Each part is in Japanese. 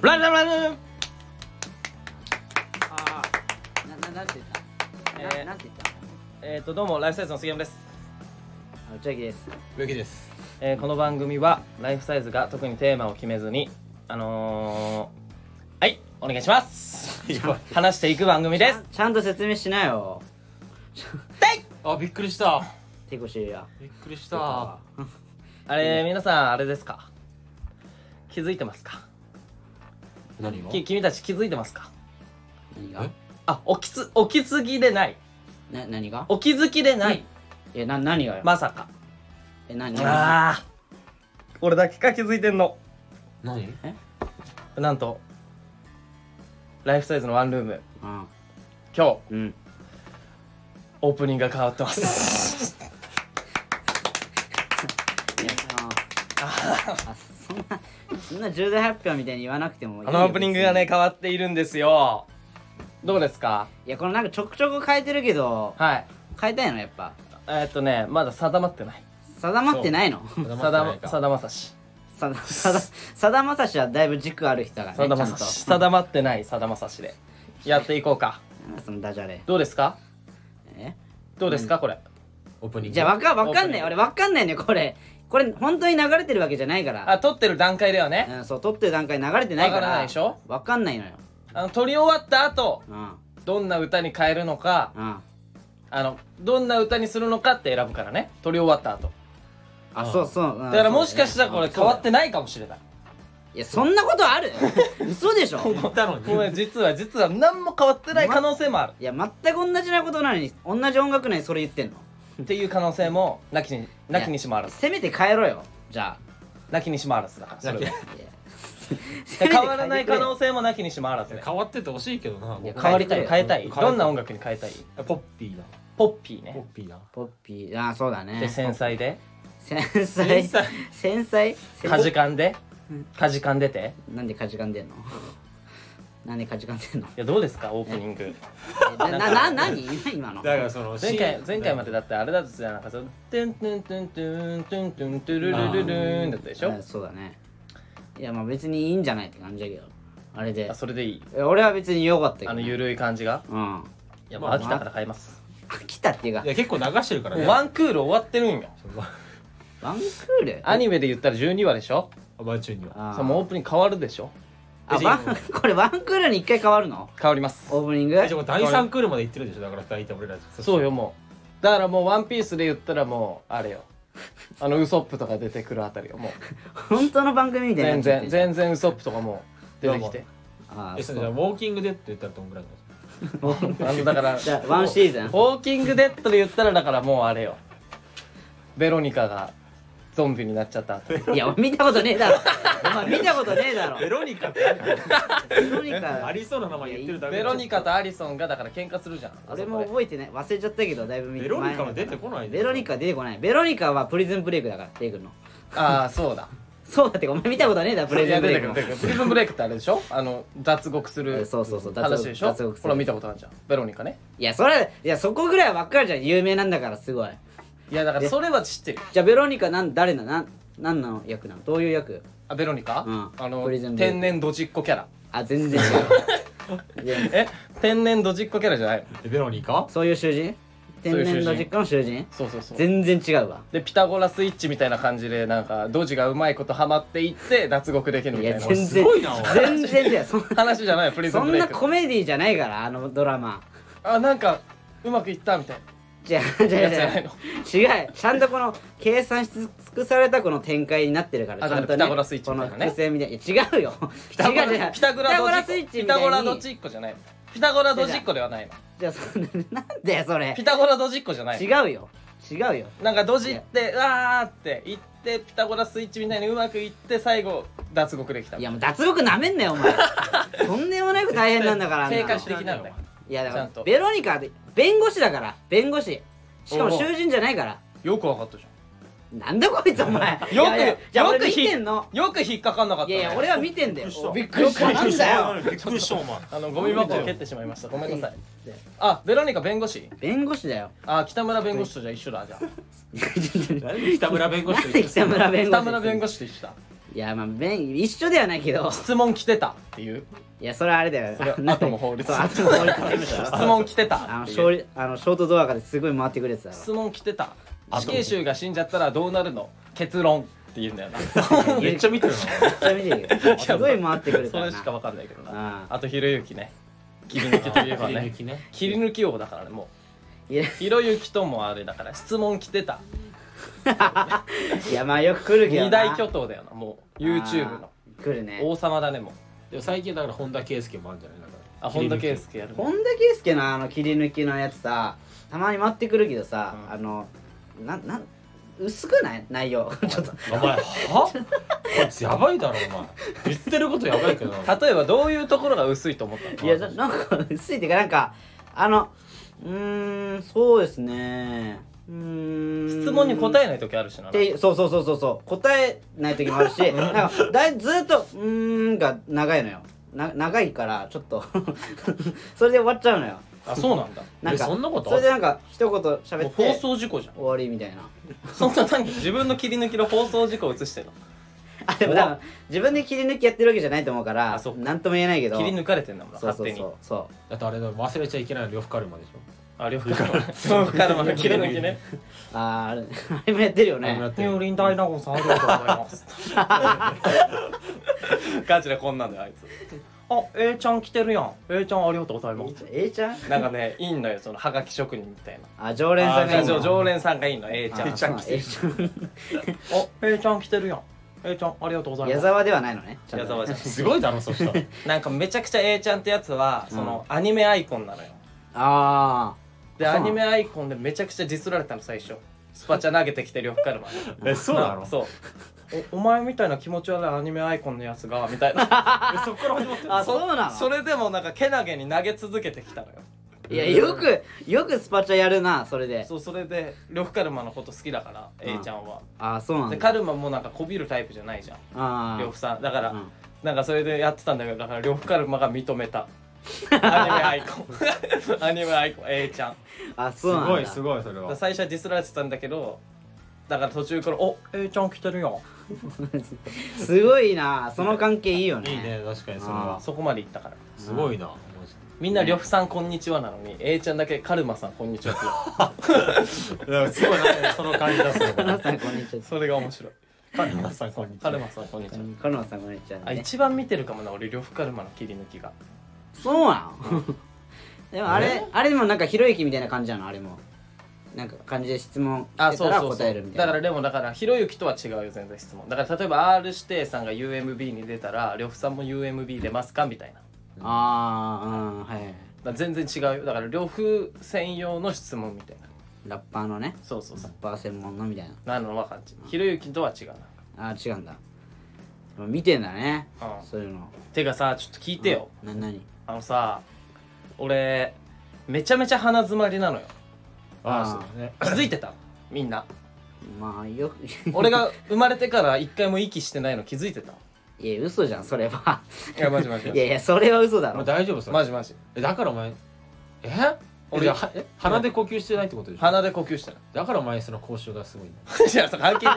ランランランああなななんて言った、なえーなんて言ったえっ、とどうもライフサイズの杉山です、あちょいきです植木ですえーこの番組はライフサイズが特にテーマを決めずにあのー、はいお願いします話していく番組ですちゃんと説明しなよあびっくりした手越しやびっくりしたあれ皆さんあれですか気づいてますか何がき君たち気づいてますか何があおきつお気づきでないな何がお気づきでない、えな何がよ、まさかえ何がああ俺だけか気づいてんの何なんとライフサイズのワンルームうん今日うんオープニングが変わってます。いやそのあそんなそんな重大発表みたいに言わなくてもいいあよのオープニングがね別に変わっているんですよ。どうですか？いやこのなんかちょくちょく変えてるけどはい。変えたいのやっぱえーっとねまだ定まってない。定まってないの定定ままってないかさだまさし。さださださだまさしはだいぶ軸ある人だかさらねだちゃまんさとし。定まってないさだまさしでやっていこうか。なんだそのダジャレどうですか？えどうですかこれ？オープニングじゃあわかわオーかんないプニング俺わかんないねこれこれ本当に流れてるわけじゃないからあ撮ってる段階ではね。うん、そう撮ってる段階に流れてないかわらからないでしょわかんないのよあの撮り終わった後うんどんな歌に変えるのかうんあのどんな歌にするのかって選ぶからね撮り終わった後。あそうそう、うんだからもしかしたらこれそう変わってないかもしれない。いやそんなこ とある嘘でしょ言ったのにごめん実は実は何も変わってない可能性もある。いや全く同じなことなのに同じ音楽内にそれ言ってんのっていう可能性もなきになきにしもあらずせめて変えろよじゃなきにしもあらずだからそれはなあいや変せめて変えてくれわらない可能性もなきにしもあらずね変わっててほしいけどないや変わりたい変えたい変えたいどんな音楽に変えたいポッピーなポッピーポッねピーなポッピーあそうだでね繊細で繊細繊繊細細かじかんでかじかんでてなんでかじかんでんの なんでかじかんでんのいやどうですかオープニングなな な何今のだからその前回前回までだってあれだったじゃんなんかそのトゥントゥントゥントゥントゥントゥントゥルルルルーンだったでしょうんそうだねいやまあ別にいいんじゃないって感じだけどあれであそれでいいいや俺は別に良かったけどあのゆ緩い感じがうんいやもう飽きたから変えます飽きたっていうかいや結構流してるからねワンクール終わってるんよワンクールアニメで言ったら12話でしょアバンチューにはあさもうオープニング変わるでしょあワン これワンクールに一回変わるの変わりますオープニングえじゃあこれ第3クールまで行ってるでしょだから大体俺らそうよもうだからもう「ワンピースで言ったらもうあ れよあのウソップとか出てくるあたりよもう本当の番組みた全いになっちゃって然る全然ウソップとかもう出てきてあえそそううじゃあウォーキングデッド言ったらどんぐらいなのあのだからじゃあワンシーズンウォーキングデッドで言ったらだからもうあれよベロニカがゾンビになっちゃったあた り いや俺見たことねえだろお 前見たことねえだろベロニカって何とにあかくりそうな名前言ってるだけベロニカとアリソンがだから喧嘩するじゃんあそこで俺も覚えてない忘れちゃったけどだいぶ見ベロニカは出てこないベロニカ出てこないベロニカはプリズンブレイクだから出てくるのああそうだそうだってお前見たことねえだろプリいズやンブ出レイてクくる出てくのるプリズンブレイクってあれでしょあの脱獄すえるそうそうそう脱獄話でしょ脱獄すほるら見たことあるじゃんベロニカねいやそれいやそこぐらいは分かるじゃん有名なんだからすごいいやだからそれは知ってるじゃあベロニカなん誰ななんなんの役なのどういう役あベロニカ、うんあのプリズンブレイク天然ドジっ子キャラあ全然違ういやえ天然ドジっ子キャラじゃないのベロニカそういう囚人天そういう囚人然の実家の囚人そうそうそう全然違うわでピタゴラスイッチみたいな感じでなんかドジがうまいことハマっていって脱獄できるみいたいなや全す然ごいなおい全然違うそん話じゃないよプリズそンブんレイなクコメディじゃないからあのドラマあなんかうまくいったみたいじゃあじゃあやつじじゃないゃのあ違うちゃんとこの計算し尽くされたこの展開になってるからあちゃんだかとらピタゴラスイッチこみたのいなね伏線みたいないや違うよピタゴ違う違ラうピタゴラドスイジっ子ピッチみタゴたラいにドジっ子じゃないのピタゴラドジっ子ではないのじゃあそんななんだよそれピタゴラドジっ子じゃないの違うよ違うよなんかドジってわーって言ってピタゴラスイッチみたいにうまくいって最後脱獄できたいやもう脱獄なめんなよお 前とんでもなく大変なんだからあんな計の画的なんだよいやだかちゃんらとベロニカで弁護士だから弁護士しかもおう囚人じゃないからよくわかったじゃんなんだこいつお前よいやいやじゃあくよく俺見ひてんのよく引っかかんなかっいたやねいや俺は見てんだよびっくりしたなんだよびっくりしたお前あのゴミ箱を蹴ってしまいましたごめんなさいいやあベロニカ弁護士弁護士だよあ北村弁護士とじゃあ一緒だじゃあなん北村弁護士で北村弁護北士村弁護士と一緒だ士いやまあべん一緒ではないけど質問来てたっていういやそれはあれだよそれはなんだ後も法律そう後も法律の話質だろ問来てあたのってシいョうーあのショートドアからすごい回ってくるやつだ質問来てた死刑囚が死んじゃったらどうなるの結論って言うんだよなろ めっちゃ見てるめっちゃ見てるよすごい回ってくるそかられなしかわかんないけどなああとひろゆきね切り抜きといえばなね 切り抜きね切り抜き王だからねもいやうひろゆきともあれだから質問来てたいやまあよく来るけど二な大巨頭だよなもう YouTube のあー来るね王様だねもうでも最近だから本田圭佑もあるんじゃないなんかあ本田圭佑やるね本田圭佑のあの切り抜きのやつさたまに回ってくるけどさ、うんあのななん薄くない内容 ちょっとお前はこいつやばいだろお前言ってることやばいけ どな例えばどういうところが薄いと思ったのいやななんか薄いっていうかなんかあのうーんそうですねうーん質問に答ええない時あるしなてそうそうそうそうそう答えない時もある しなんかだいずっと「うーん」が長いのよな長いからちょっと それで終わっちゃうのよあそうなんだなんかえそんなことそれでなんか一言喋もっう放て終送事故じゃん わりみたいな そんな何自分の切り抜きの放送事故を映してるあでも多分自分で切り抜きやってるわけじゃないと思うからあそっかなんとも言えないけど切り抜かれてんだもんなそう勝そう手にそうそだってあれだ忘れちゃいけないの呂布カルマでしょあ呂布カルマ呂布カルマの切り抜き ねうあーあれ あれもやってるよあれもやねってるニューリンダイナゴンさんありがとうございます ガチでこんなんだよあいつあ A ちゃん来てるやん A ちゃんありがとうございます A ちゃんなんかねいいのよそのハガキ職人みたいなあ常連さんがいあいじゃあの常連さんがいいの A ちゃんあそうなん A ちゃんお、えいちゃん来てるやん。えいちゃん、ありがとう ござい矢ます。沢ではないのねちゃんと矢沢じゃん。すごいだろそしたらなんかめちゃくちゃえいちゃんってやつは、そのアニメアイコンなのよ。あで、そアうなのニメアイコンでめちゃくちゃディスられたの、最初。スパチャ投げてきて、呂布カルマ。 え そうなのそう。おお前みたいな気持ち悪いアニメアイコンのやつがみたいなえそっから始まってる あそうなのそれでもなんかけなげに投げ続けてきたのよあいやよくよくスパチャやるなそれでそうそれで呂布カルマのこと好きだからうん A ちゃんはあーそうなでんカだルマもなんかこびるタイプじゃないじゃんあ呂布さんだから、ーうんなんかそれでやってたんだけどだから呂布カルマが認めたアニメアイコンアニメアイコン A ちゃんだかあすそうなんだごいすごいそれらは最初はディスられてたんだけどだから途中から「お A ちゃん来てるよすごいなその関係いいよねいいね確かにそれあは」そこまで行ったからすごいなマジみんな呂布さんこんにちはなのに A ちゃんだけカルマさんこんにちはって言でいやすごいなその感じだす ごいカルマさんこんにちうそれが面白いカルマさんこんにちカはルマさんこんにちははカルマさんこんにちはあね一番見てるかもな俺呂布カルマの切り抜きがそうなのでもあれあれでもなんかひろゆきみたいな感じなのあれもなんか感じで質問してたら答えるみただかいならでもだからひろゆきとは違うよ全然質問だから例えば R 指定さんが UMB に出たら呂布さんも UMB 出ますかみたいなああうんはいだから全然違うよだから呂布専用の質問みたいなラッパーのねそうそうそラうッパー専門のみたいななのは感じひろゆきとは違うなあー違うんだでも見てんだねうんそういうのてかさちょっと聞いてよな何あのさ俺めちゃめちゃ鼻詰まりなのよ ああそうだね気づいてたみんなまあよく 俺が生まれてから一回も息してないの気づいてたいや嘘じゃんそ れはいやマジマジマいやジいやそれは嘘だお前ろ大丈夫それマジマジえだからお前え俺俺じゃあはえ鼻で呼吸してないってことでしょ鼻で呼吸してるだからお前その口臭がすごいんだ い やそれ関係ね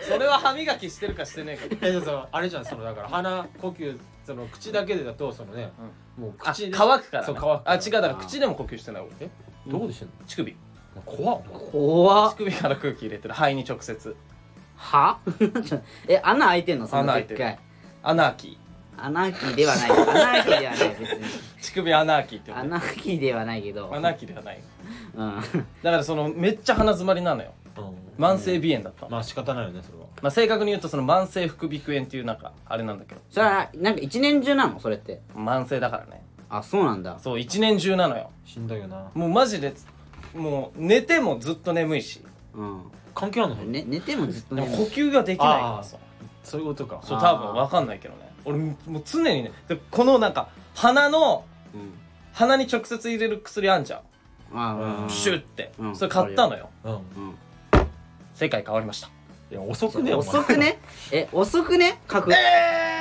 えそれは歯磨きしてるかしてねえかえそうあれじゃんそのだから鼻呼吸その口だけでだとそのね、もうあ口で乾くから、ね、そう乾くからあ違うだから口でも呼吸してない俺えどうでしてんの乳首怖っ怖乳っ首から空気入れてる肺に直接は ちょえ穴開いてんのそんな穴開いでてっるかい穴あき穴開きではない穴開きではない別に乳首穴あきって言う穴開きではないけど穴あきではないうん だからそのめっちゃ鼻詰まりなのようん慢性鼻炎だったの、まあ仕方ないよねそれはまあ、正確に言うとその慢性副鼻腔炎っていうなんかあれなんだけどそれはなんか一年中なのそれって慢性だからねあそうなんだそう一年中なのよしんどいよなもうマジでもう寝てもずっと眠いしうん、関係あるのね、寝てもずっとでも寝呼る吸ができないからさそういうことかそうあー多分わかんないけどね俺もう常にねでこのなんか鼻のうん鼻に直接入れる薬あんじゃんああシュッて、うんそれ買ったのようんうん世界変わりましたいや遅くうねんえお前遅くねえ遅くね書く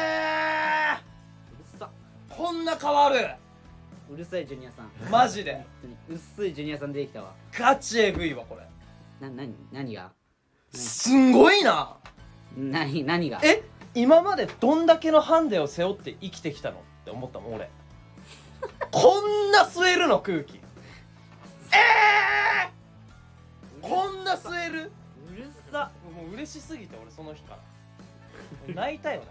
えー、こんな変わるうるさいジュニアさん本マジで当にうっすいジュニアさん出てきたわガチエグいわこれな何何がすんごいな何何がえ今までどんだけのハンデを背負って生きてきたのって思ったもん俺こんな吸えるの空気えー、こんな吸えるうるさもう嬉しすぎて俺その日から泣いたよね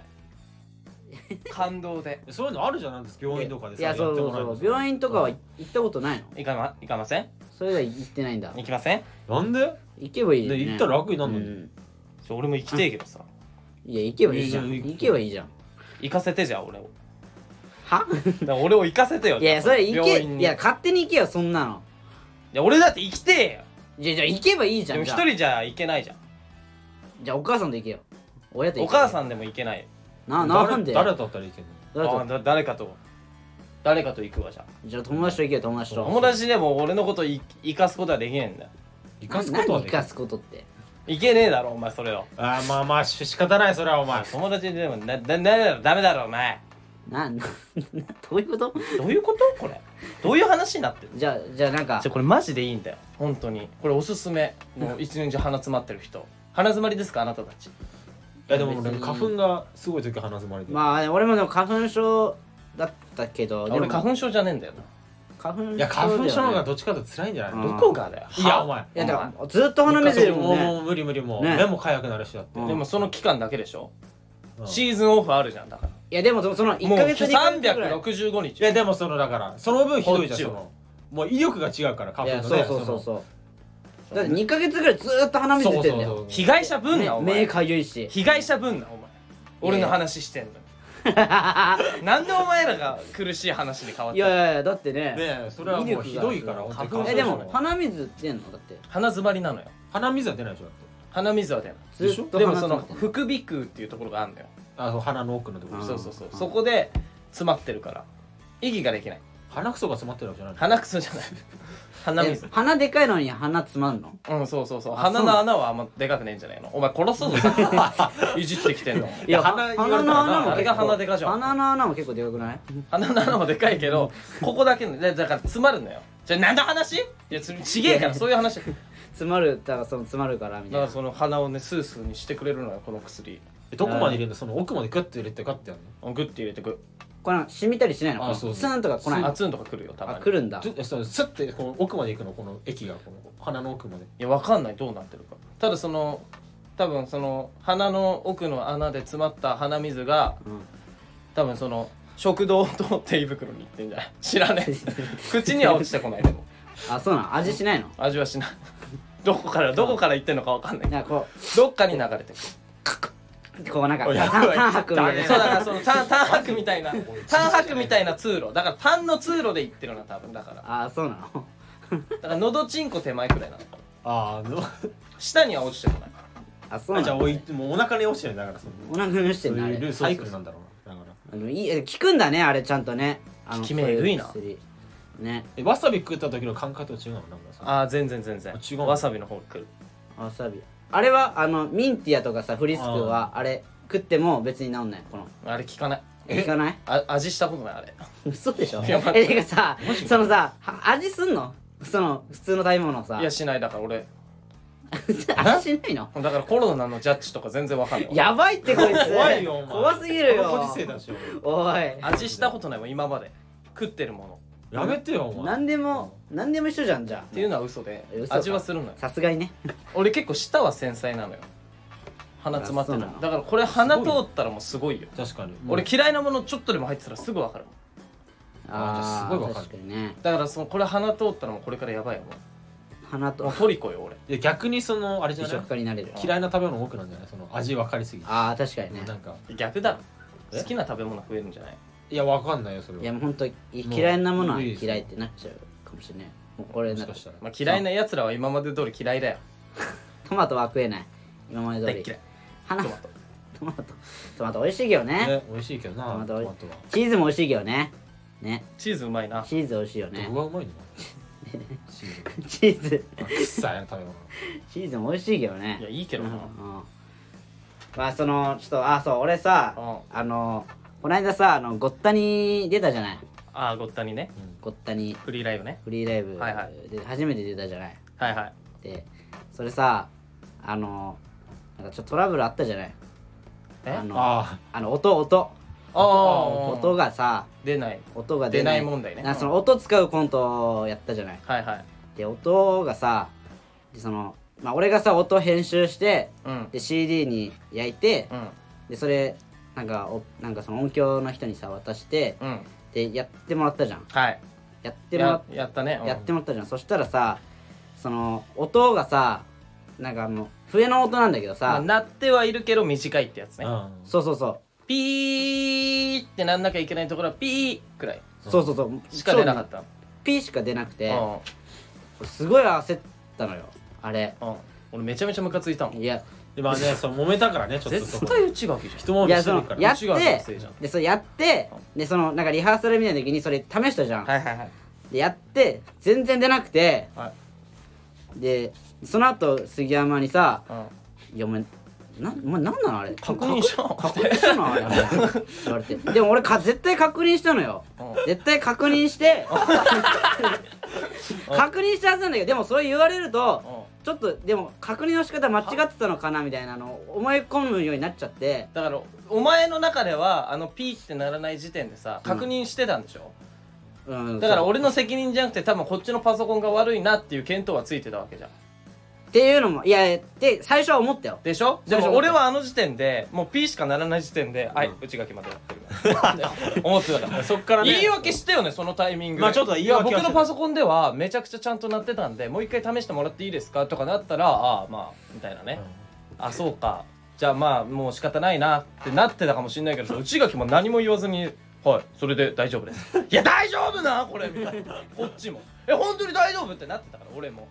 感動でそういうのあるじゃんなんです病院とかでいやそうそうそう病院とかは行ったことないのいかまいかませんそれでは行ってないんだ行きませんなんで行けばいいよね行ったら楽になるのうにんちょ俺も行きてえけどさいや行けばいいじゃんいやいや行けばいいじゃん行かせてじゃあ俺をは だから俺を行かせてよいやそれ行病け院いにや勝手に行けよそんなのいや俺だって行きてえよじゃあじゃあ行けばいいじゃでも一んじゃあ人じゃ行けないじゃんじゃあお母さんと行けよ親と行おけよ母さんでも行けないよななんで誰誰とったらいいけんの誰あとだ誰かと誰かと行くわじゃあじゃあ友達と行けよ友達と友達でも俺のことい生かすことはできねえんだよ生なかすことは何生できかるすことっていけねえだろお前それをああまあまあし仕方ないそれはお前友達でもなななだろダメだろお前ななどういうことどういうことこれどういう話になってるじゃあじゃあなんかじゃこれマジでいいんだよ本当にこれおすすめもう一年中鼻詰まってる人鼻詰まりですかあなたたちいやでも俺花粉がすごい時鼻詰まりで、まあ俺もでも花粉症だったけどでも俺花粉症じゃねえんだよな花粉症いや花粉症の方がどどっちかと辛いんじゃないうんのどこがだよいやお前いやだからずっと鼻水出るもんねう無理無理もう、ね目もかゆくなるしだって、うんでもその期間だけでしょ、うんシーズンオフあるじゃんだからいやでもそのその1もうヶ月に365い日やでもそのだからその分ひどいじゃんこっちそをのもう威力が違うからい花や粉そのねうそうそうそそうだって2ヶ月ぐらいずっと鼻の水出てんだそうよそうそ被害者分なお目目前かゆいし被害者分なお前俺の話してん のになんでお前らが苦しい話に変わっいたやいのやいやだってねうねえそれはもうひどいから威力が本当にえでも花粉鼻症水出んのだって鼻詰まりなのよ鼻水は出ないでしょだって鼻水は出ないでしずょっとでもそ鼻詰のまってん副鼻腔っていうところがあるのよ、あそう鼻の奥のとこうろんそうそうそう、うんそこで詰まってるから息ができない鼻くそが詰まってるわけじゃない鼻くそじゃない鼻水え 鼻でかいのに鼻詰まんのうんそうそうそうあそう鼻の穴はあんまでかくねえんじゃないのお前殺す ぞ さいじってきてんのいや鼻言わ鼻れたのら穴なもあれ結が鼻構でかじゃん鼻の穴も結構でかくない鼻の穴もでかいけどここだけのでだから詰まるのよじゃあ何の話いやつちげえからそういう話だか詰まるだからその詰まるからみたいらなその鼻をねスースーにしてくれるのよこの薬えどこまで入れるのその奥までグッと入れてガッてやるうんグッて入れてくこの染みたりしないのこあのそうそうツーンとか来ないああつんとか来るよたまに来るんだのずえそのスッてこの奥まで行くのこの液がこの鼻の奥までいやわかんないどうなってるかただその多分その鼻の奥の穴で詰まった鼻水がうん多分その食道を通って胃袋に行ってんじゃない知らねえ口には落ちてこないでも あそうなの味しないの味はしない どこからどこから行ってんのかわかんないなんかこどっかに流れてくるうこうなんかおいやタンタン吐くみたいそうだなからそのタンタンハクみたいなタンハクみたいな通路だからタンの通路で行ってるな多分だから あそうなのだからのどちんこ手前くらいなのあーあの下には落ちてこないあそうな じゃあのおいもうお腹に落ちてるんだからそのお腹に落ちてそんうだあいれうルーサイクルなんだろうなだからあのいいえ効くんだねあれちゃんとねあの効き目えぐいなそうう薬ねえわさび食った時の感覚と違うのなんかさああ全然全然違うわさびの方来るわさびあれはあのミンティアとかさフリスクはあれ食っても別に治んないこのあれ効かない効かないあ味したことないあれ嘘でしょいや待えっててかさそのさは味すんのその普通の食べ物さいやしないだから俺 味しないのだからコロナのジャッジとか全然わかんないやばいってこいつ怖いよお前怖すぎるこのごよ時世だしおい味したことないもん今まで食ってるものやめてよお前何でも何でも一緒じゃんじゃあっていうのは嘘で嘘か味はするのよさすがにね俺結構舌は繊細なのよ鼻詰まってるあそうなののだからこれ鼻通ったらもうすごいよ確かに俺嫌いなものちょっとでも入ってたらすぐわかるああじゃあすごいあわかる確かにねだからそのこれ鼻通ったらもうこれからやばいよも鼻うもとうトリコよ俺いや逆にそのあれじゃ美ない食家になれる嫌いな食べ物多くなんじゃないその味分かりすぎてああ確かにねなんか逆だろえ好きな食べ物増えるんじゃないいや分かんないよそれはいやもうほんといもう嫌いなものはいいですよ嫌いってなっちゃうかもしれないもうこれなもしんかかしたらまあ、嫌いなやつらは今まで通り嫌いだよトマトは食えない今まで通大っり嫌い花トトマトマトトマト美味しいけどねね美味しいけどなまだトマ美ト味はしチーズも美味しいけどねねチーズうまいなチーズ美味しいよねどこが うまいのチーズチーズあ臭いな食べ物チーズも美味しいけどいやねいいけどうんなうんまあそのちょっとあそう俺さうあのこの間さあのごったに出たじゃないああごったにねごったにフリーライブねフリーライブはいはで初めて出たじゃないはいはいでそれさあのなんかちょっとトラブルあったじゃないえあのああの音音ああ音がさ出ない音が出出なないい問題ねなその音使うコントをやったじゃないはいはいで音がさでその、まあ、俺がさ音編集してうんで CD に焼いてうんでそれなんかおなんかその音響の人にさ渡してうんでやってもらったじゃんはいやってもらややったねうんやってもらったじゃんそしたらさその音がさなんかもう笛の音なんだけどまあさ鳴ってはいるけど短いってやつあ、ねうんそうそうそうピーってなんなきゃいけないところはピーくらいそうそうそうしか出なかったピーしか出なくてうん俺すごい焦ったのよあれうん俺めちゃめちゃムカついたもんいや今ねそう揉めたからねちょっとそ絶こ対うちがきじゃん人もいみやしてそのるからやっうちが学て生じゃんでそれやってでそのなんかリハーサルみたいな時にそれ試したじゃん、はいはいはいでやって全然出なくてはいでその後杉山にさうん「いやお前なお前なんなのあれ確認しろ確認したのあれって言われてでも俺か絶対確認したのようん絶対確認して確認したはずなんだけどでもそれ言われるとうんちょっとでも確認の仕方間違ってたのかなみたいなのを思い込むようになっちゃってだからお前の中ではあのピーってならない時点でさ確認してたんでしょ、うんだからそう俺の責任じゃなくて多分こっちのパソコンが悪いなっていう見当はついてたわけじゃんっていうのもいやで最初は思ったよでしょでそうも俺はあの時点でもうピーしかならない時点で、はいうちが決まってやってる 思ってたからそっからね言い訳してよねそのタイミングでまあちょっと言い訳はしやてた僕のパソコンではめちゃくちゃちゃんと鳴ってたんでもう一回試してもらっていいですかとかなったらああまあみたいなね、あそうかじゃあまあもう仕方ないなってなってたかもしれないけど内垣も何も言わずに「はいそれで大丈夫 です」「いや大丈夫なこれ」みたいなこっちも「え本当に大丈夫?」ってなってたから俺も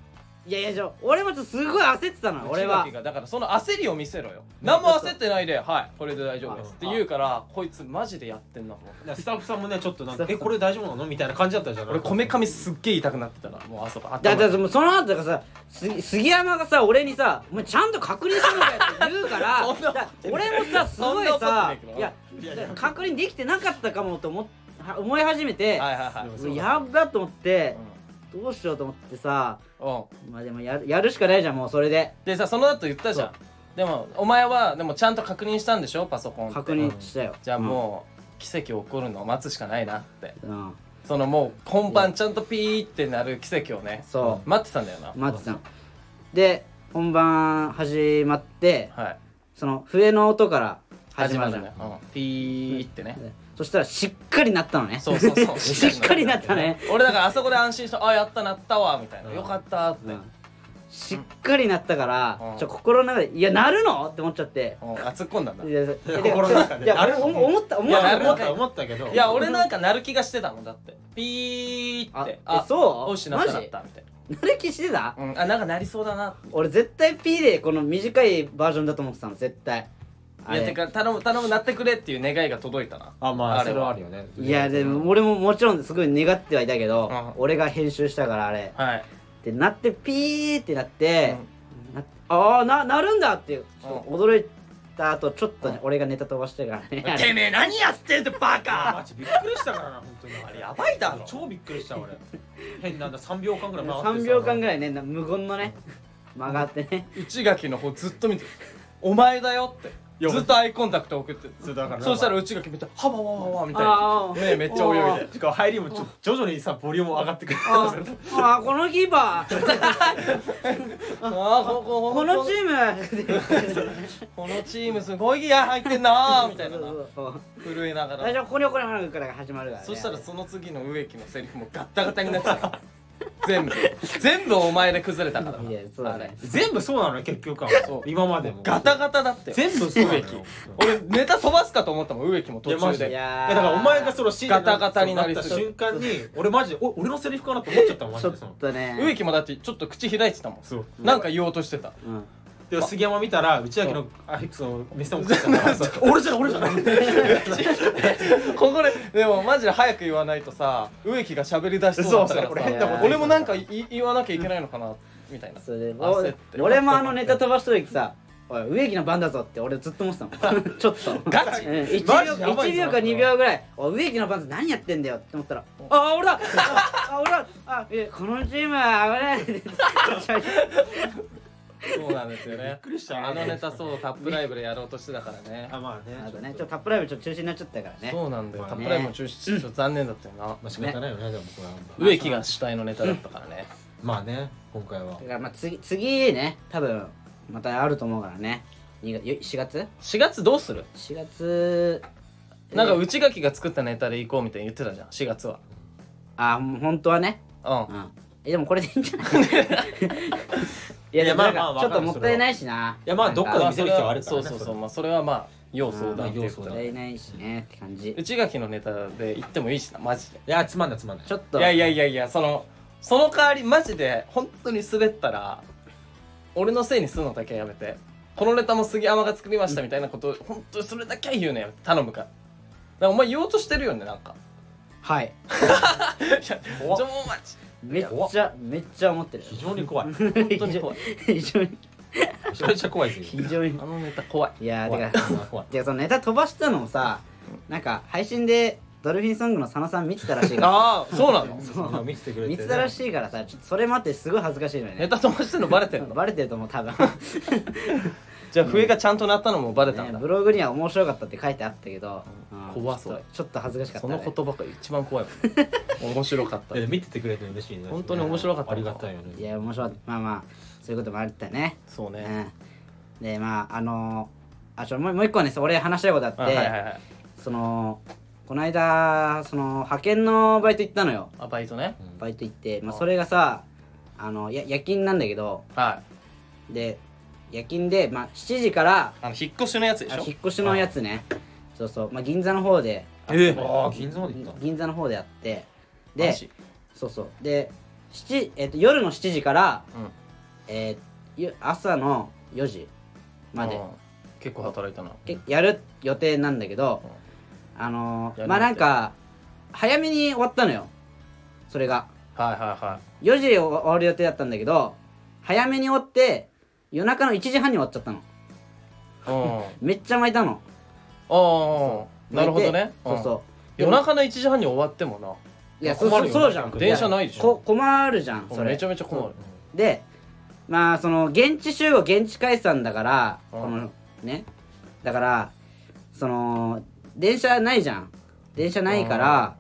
いやいやじゃあ俺もちょっとすごい焦ってたのよ俺は内垣がだからその焦りを見せろよ何も焦ってないで「はいこれで大丈夫です」って言うからこいつマジでやってんなと思ってだからスタッフさんもねちょっとなんかスタッえフこれ大丈夫なのみたいな感じだったじゃん俺こめかみすっげえ痛くなってたらもうあそこだ頭だがってもうその後だからさす杉山がさ俺にさ「お前ちゃんと確認したのかよ」って言うから そんなだ俺もさすごいそんなさことないいやいやいやだ確認できてなかったかもと思っは思い始めてはいはいはい、うんでもそうやっばと思ってどうしようと思ってさうん、まあでもややるしかないじゃんもうそれででさその後言ったじゃんでもお前はでもちゃんと確認したんでしょパソコンって確認したよじゃあもう奇跡起こるのを待つしかないなってうん、うんそのもう本番ちゃんとピーってなる奇跡をねそ待ってたんだよなう待ってたので本番始まってはいその笛の音から始始ままるじるゃんね、うん、ピーってねそしたらしっかりなったのねそうそうそう しっかりなったね俺だからあそこで安心したあやったなったわみたいなうんよかったって、うんしっかりなったから、うんちょ心の中で「いやなるの?」って思っちゃって、うんあ突っ込んだんだいいやいやいや心の中でいやなるの思思った思っいやたい思った思ったけどや俺なんかなる気がしてたもんだってピーっあてえそうおしなったなマっジたみたいなる気してな、たうん、あなんかなりそうだな俺絶対 P でこの短いバージョンだと思ってたの絶対あいやれてか頼む頼むなってくれっていう願いが届いたなあまああれはそれはあるよねいやでも俺ももちろんすごい願ってはいたけど、うん俺が編集したからあれはい、ってなってピーってなってうん、なああななるんだっていうちょっとう驚いた後ちょっとね、俺がネタ飛ばしてからねあれてめえ何やってんだバカマジびっくりし たからな本当にあれやばいだろ超びっくりした俺変なんだ3秒間ぐらい回ってさ3秒間ぐらいねな無言のね曲がってね内垣の方ずっと見て「お前だよ」ってやずっとアイコンタクト送ってそうだからそしたら内垣めっちゃ「はわわわわ」みたいあなー目めっちゃ泳いでしかも入りもちょ徐々にさボリューム上がってくるああーこのキーパー「ああこここのチームこのチームすごいギア入ってんな」みたいななそうそう震えなが最ら初ここにここにここにからが始まるからねそしたらその次の植木のセリフもガッタガタになっちゃった 全部全部お前で崩れたからないやそうだねあれ全部そうなのよ結局はそう今までもガタガタだって全部そうなのよ植木い俺ネタ飛ばすかと思ったもん植木も途やマ中ジでいでやだからお前がそのシーンガタガタになりったそう瞬間に俺マジでお俺のセリフかなと思っちゃったもんマちジょっでそのとね植木もだってちょっと口開いてたもんそうなんか言おうとしてたうんで杉山見たら内訳のアフィックスの目線を食っ たからさ俺じゃない俺じゃない ここででもマジで早く言わないとさ植木が喋り出しそうだったそうそうか俺ら変なこさと俺もなんかい言わなきゃいけないのかなみたいなそれで焦って俺もあのネタ飛ばした時さ「おい植木の番だぞ」って俺ずっと思ってたもん ちょっとガチうん1マジ秒やばいぞ一秒か2秒ぐらい「おい植木の番だ何やってんだよ」って思ったら「ああ俺だああ俺だあえこのチームは危ない」そうなんですよねびっくりしたあのネタそうタップライブでやろうとしてたからねあまあね あとねちょっとタップライブちょっと中止になっちゃったからねそうなんだよ、まあタねップライブも中止ちょっと残念だったよなまあ仕方ないよねでもこれは植木が主体のネタだったからねまあね今回はだからまあ次次ね多分またあると思うからねにがよ4月4月どうする ?4 月なんか内垣が作ったネタで行こうみたいに言ってたじゃん4月はあもう本当はねううんんえでもこれでいいんじゃ ないいやいでやもまなあんかまあちょっともったいないしないやまあどっかでま見せる人はあるからそねうそうそそうれまあそれはまあ要相まあ談っていうこと要も相っでたいないしねって感じ内垣のネタで行ってもいいしなマジでいやつまんないつまんないちょっいとやいやいやいやそのその代わりマジで本当に滑ったら俺のせいにするのだけはやめてこのネタも杉山が作りましたみたいなことを本当にそれだけは言うのやめて頼むからだからお前言おうとしてるよねなんかはいいや怖っちょもうマジめっちゃめっちゃ思ってる非常に怖い本当 に怖い非常にめちゃめちゃ怖いですよ非常にあのネタ怖いいやー怖いだから怖いてかそのネタ飛ばしたのをさなんか配信でドルフィンソングの佐野さん見てたらしいかああそうなのそう今見せてくれらて見てたらしいからさちょっとそれ待ってすごい恥ずかしいのよネねタ飛ばしてんのバレてるのバレてると思 う多分じゃあ笛がちゃんと鳴ったのもバレたんねだ、ブログには面白かったって書いてあったけど、うん怖そうちょっとちょっと恥ずかしかったそね、の言葉が一番怖いもん面白かったいや見ててくれて嬉しいね本当に面白かったありがたいよいねや面白かったまあまあそういうこともあったねそうね、うんでまああのーあちょもうもう一個ねそう俺話したいことあってあはいはいはいそのこの間その派遣のバイト行ったのよあバイトねバイト行って、まあ、あそれがさあのや夜勤なんだけどはいで夜勤で、まあ、7時からあの引っ越しのやつであしょ引っ越しのやつねそうそう、まあ、銀座の方でえああー銀座まで行った銀座の方であってマでジそうそうで、7えっと夜の7時から、うんえーゆ朝の4時までうん結構働いたなけやる予定なんだけど、あのやー、るまあなんか早めに終わったのよそれがはいはいは4時終わる予定だったんだけど早めに終わって夜中の1時半に終わっちゃったのいうんめっちゃ巻いたのああなるほどね巻ういてそうんそう夜中の1時半に終わってもないやまあそう困そるうよそうじゃん電車ないでしこょ困るじゃんそれめちゃめちゃ困るでまあその現地集合現地解散だからうんこのねだからその電車ないじゃん電車ないから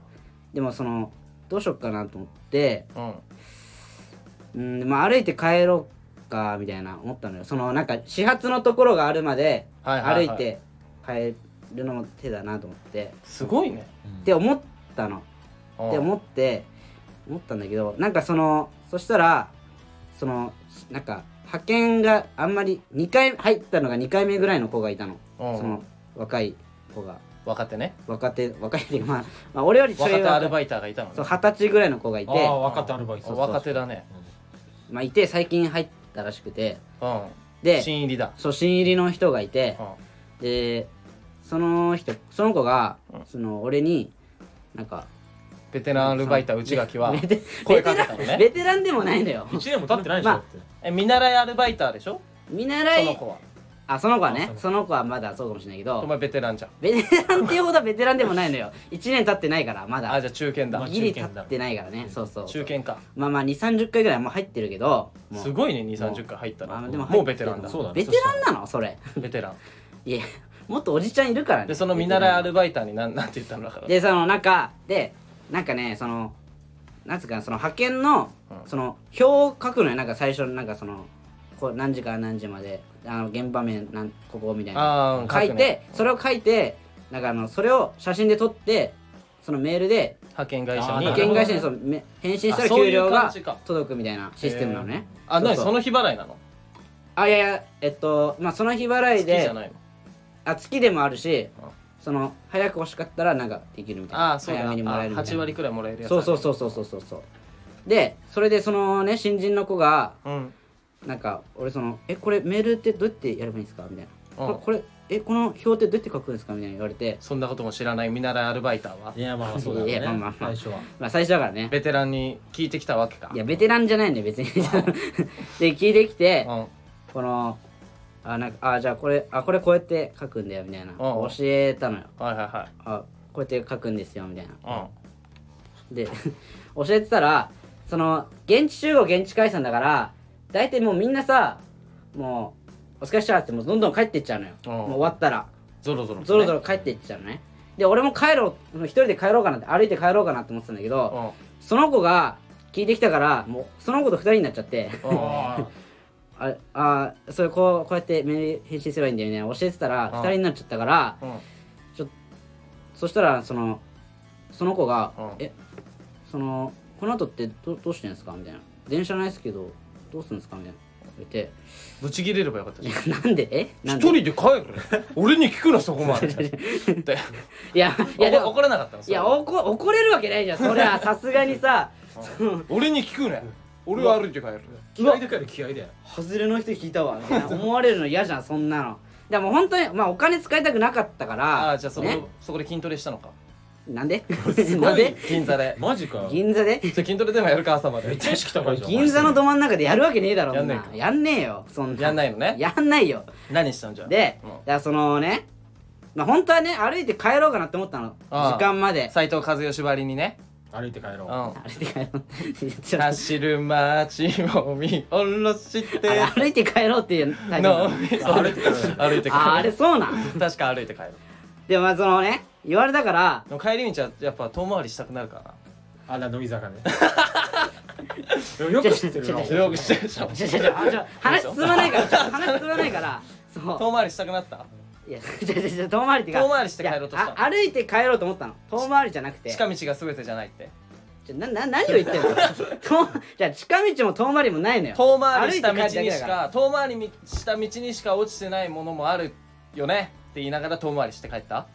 でもそのどうしよっかなと思ってうんうんまあ歩いて帰ろうかみたいな思ったのよそのなんか始発のところがあるまではいは歩いいはいて帰るのも手だなと思ってすごいねうんって思ったのうんって思って思ったんだけどなんかそのそしたらそのなんか派遣があんまり2回入ったのが2回目ぐらいの子がいたの、うんその若い子が若手ね若手若いっていうか、まあ、まあ俺よりちょい若手アル若いバイターがいたのねそう二十歳ぐらいの子がいてああ若手アルバイあト若手だねまあ、いて最近入ったらしくてうんで新入りだそう新入りの人がいてうんでその人その子がうんその俺になんかベテランアルバイター内垣はベテ 声かけたのベテランねベテランでもないのよ1年も経ってないでしょまあだってえ見習いアルバイターでしょ見そ習のい子はあその子はねあその子はまだそうかもしれないけおど前ベテランじゃんベテランっていうほどベテランでもないのよ1 年経ってないからまあだじゃあ中堅まあだギリ経ってないからね中堅だそうそう中堅かまあまあ2 3 0回ぐらいもう入ってるけどもうすごいね2 3 0回入ったらまあで入もうってベるテランだそうだねベテランなのそれベテランいやもっとおじちゃんいるからねでその見習いアルベテバイターになんなんて言ったのだかラらンでその中でなんかねそのなんつうかなその派遣うのんその表を書くのよなんか最初のなんかそのこう何時から何時まであの現場面なんここみたいなああ書いてそれを書いてなんかあのそれを写真で撮ってそのメールで派遣会社あにーなるほど保険会社にそのめ返信したらあそういう給料感がじか届くみたいなシステムなのねあそう何そうその日払いなのあいやいやえっとまあその日払月いじでゃないのあ月でもあるしあその早く欲しかったらなんかできるみたいなああそうだ早めにもらえるみたい8な割くらいもらえるやつそうそううそうそうそうそうそうでそれでそのね新人の子がうんなんか俺その「えこれメールってどうやってやればいいんですか?」みたいな「こうれんこれえこの表ってどうやって書くんですか?」みたいな言われてそんなことも知らない見習いアルバイターはいやまあそうだろういねやまあまあまあ最初はまあ最初だからねベテランに聞いてきたわけかいやベテランじゃないんだよ別に で聞いてきてうんこのあなんかあじゃあこれあこれこうやって書くんだよみたいなうんう教んえたのよはいはあこうやって書くんですよみたいないはいで 教えてたらその現地集合現地解散だから大体もうみんなさもうお疲れっしたってもうどんどん帰っていっちゃうのよ、うんもう終わったらゾロゾロとねぞろぞろ帰っていっちゃうのねで俺も帰ろう一人で帰ろうかなって歩いて帰ろうかなって思ってたんだけど、その子が聞いてきたからもうその子と二人になっちゃってうんうんああーそれこうこうやってメール返信すればいいんだよね教えてたらうん二人になっちゃったから、うんそしたらそのその子が「うんえそのこの後ってどどうしてんですか?」みたいな「電車ないですけどどうするんですか?」みたいな言ってぶち切れればよかったいじゃんやなんでえな一んで人で帰る俺に聞くなそこ までっていやいいややでも怒らなかったのそいれや怒怒れるわけないじゃんそりゃさすがにさ俺に聞くね俺は歩いて帰る気合いだから気合いだよ外れの人聞いたわみたいな思われるの嫌じゃんそんなのでも本当にまあお金使いたくなかったからああじゃあそこねそこで筋トレしたのかなんでごいなんで銀座でマジかめっ銀座でじゃあ筋トレでもやるか朝までちゃ意識高いじゃん銀座のど真ん中でやるわけねえだろやそんんないなかやんねえよそんなやんないのねやんないよ何したんじゃあで、うんだからそのねまあ本当はね歩いて帰ろうかなって思ったのああ時間まで斎藤和義ばりにね歩いて帰ろううん歩いて帰ろう言っ ちゃっ走る街を見下ろしてたあれ歩いて帰ろうっていうタイプなののあれって帰ろう歩いて帰るああれそうなん確か歩いて帰るでもまあそのね言われたからでも帰り道はやっぱ遠回りしたくなる かあら飲み坂ねでもよく知ってるならよくしてるでしょちょちょちょあちょ話進まないからちょ話進まないからそ遠回りしたくなったういやちょちょちょ遠回りってか遠回りして帰ろうとしたのいやあ歩いて帰ろうと思ったの遠回りじゃなくて近道が全てじゃないってちょな な何を言ってんの遠じゃあ近道も遠回りもないのよ遠回りした道に歩いて帰るだけしだらか遠回りした道にしか落ちてないものもあるよねって言いながら遠回りして帰った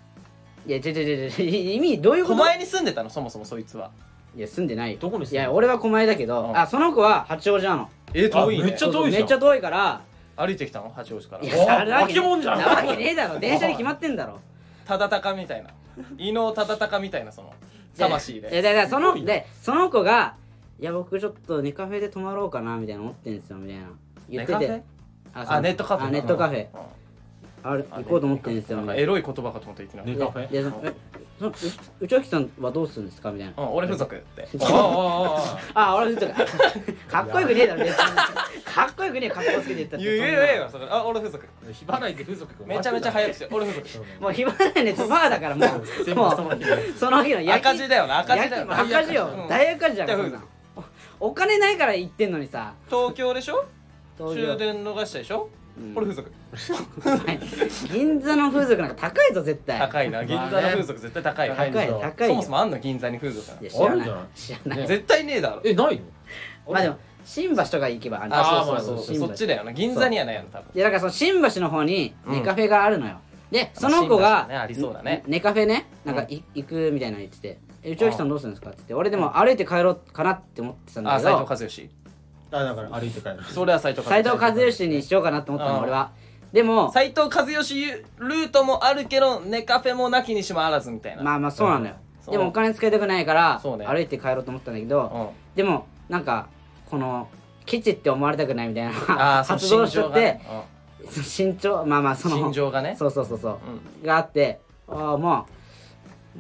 いやちょちょちょちょ意味どういうこ狛と江に住んでたのそもそもそいつはいや住んでないよどこにい住んでるや俺は狛江だけど、うんあその子は八王子なのえ遠いねめっちゃ遠いそうそうじゃんめっちゃ遠いから歩いてきたの八王子かいらおやあるわけ化け物じゃんなわけねえ だろ電車に決まってんだろただたかみたいな伊能ただたかみたいなその魂いやでだからそすごいのねでその子が「いや僕ちょっとネカフェで泊まろうかな」みたいな思ってんですよみたいな言ってネてカあフェあネットカフェあネットカフェうんあれあ行こうと思ってんですよなんみかたエいなロい言葉かと思って言ってないねエロカフェいやそのえそのう内脇さんはどうするんですかみたいなうん俺風俗っておーおーおーあ俺風俗 かっこよくねえだろ別にかっこよくねえ格好つけて言ったっ言てえ言そんなえよそれあ俺風俗おー日払いで風俗めちゃめちゃ早くして俺風俗もう暇ないねバーだからもう全もう部その日でその日の夜勤赤字だよな赤字だよな夜勤赤字よ大赤字じゃんうんそんなのおお金ないから行ってんのにさ東京でしょ東京終電逃したでしょうん俺風俗銀座の風俗なんか高いぞ絶対高いな銀座の風俗絶対高いよ高い高いぞ高いそよもそもあんの銀座に風俗なんいてや知らあるなんいじゃない知らないね絶対ねえだろえないのまあでも新橋とか行けばあるああーそうそうそう新そ橋っちだよな銀座にはないよな多分いやだからその新橋の方にうんネカフェがあるのよ、でその子まあ新橋がねありそうだねネネカフェねなんかい、行くみたいなの言ってて「え内脇さんどうするんですか?」って言って俺でも歩いて帰ろうかなって思ってたんだあけ斎藤ど和義あだから歩いて帰るそれは斎藤斎藤和義にしようかなって思ったうんの俺はでも斎藤和義ルートもあるけどネカフェもなきにしもあらずみたいな、まあまあそうなのようんでもお金使いたくないからそうね歩いて帰ろうと思ったんだけどうん、でもなんかこのケチって思われたくないみたいなああその発心動しちゃ情っが、てね身長まあまあうそん、の心情がねそうそうそうそううん、があってああまあ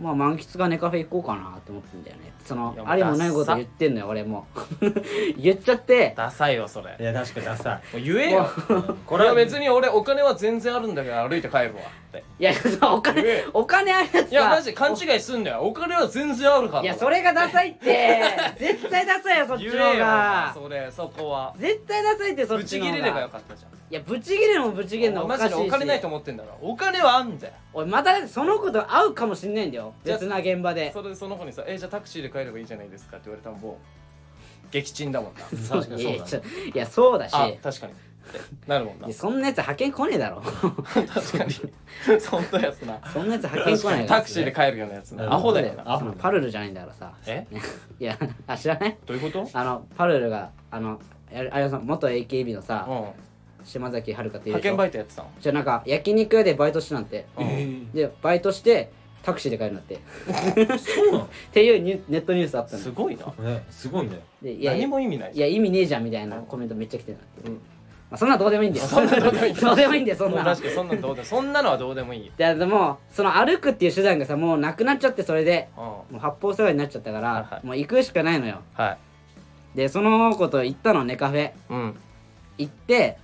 まあ満喫がネカフェ行こうかなって思ってんだよねそのいやもうありもないこと言ってんのよ俺も う言っちゃってダサいよそれいや確かにダサいもう言えよここれれはは別別にに俺お金は全然あるんだけど歩いて帰るわっていやそうお言え金お金あるやつさいやマジで勘違いすんだよお金は全然あるからいやそれがダサいって 絶対ダサいよそっち言のえ方よお前がそれそこは絶対ダサいってそっぶちちの切方がれればよかったじゃんいやぶち切れるもんぶち切れるのおマかしジでいしお金ないと思ってんだろお金はあんだよおいまただってその子と会うかもしんないんだよじゃあ別な現場でそれでその子にさ「えじゃあタクシーで帰ればいいじゃないですか」って言われたらもう 撃沈だもんな確かにそういやちだょいやそうだしあい確かにってなるもんなやそんなやつ派遣来ねえだろ 確かにそんなやつなそんなやつ派遣来ないからタクシーで帰るようなやつうなんアホだよそなうよそのパルルじゃないんだからさえいや あ知らないどういうことあのパルルがあのあれあれさ元 AKB のさ、うん島崎遥香っていう派でし遣ょバイトやってたのじゃあなんか焼肉屋でバイトしてなんてうんえーでバイトしてタクシーで帰るんだってっそう なていうニュネットニュースあったのすごいなのねすごいねでいやい何やも意味ないいじゃや意味ねえじゃんみたいなコメントめっちゃ来てるんだって、うんまあ、そんなどうでもいいんだよんそんなどうでもいいどうでもいいんだよ そんんなの確かにそんなのどうでもそんなのはどうでもいいよででもその歩くっていう手段がさもうなくなっちゃってそれでうんもう八方世話になっちゃったから、はいはいもう行くしかないのよはいでその子と行ったのねカフェうん行って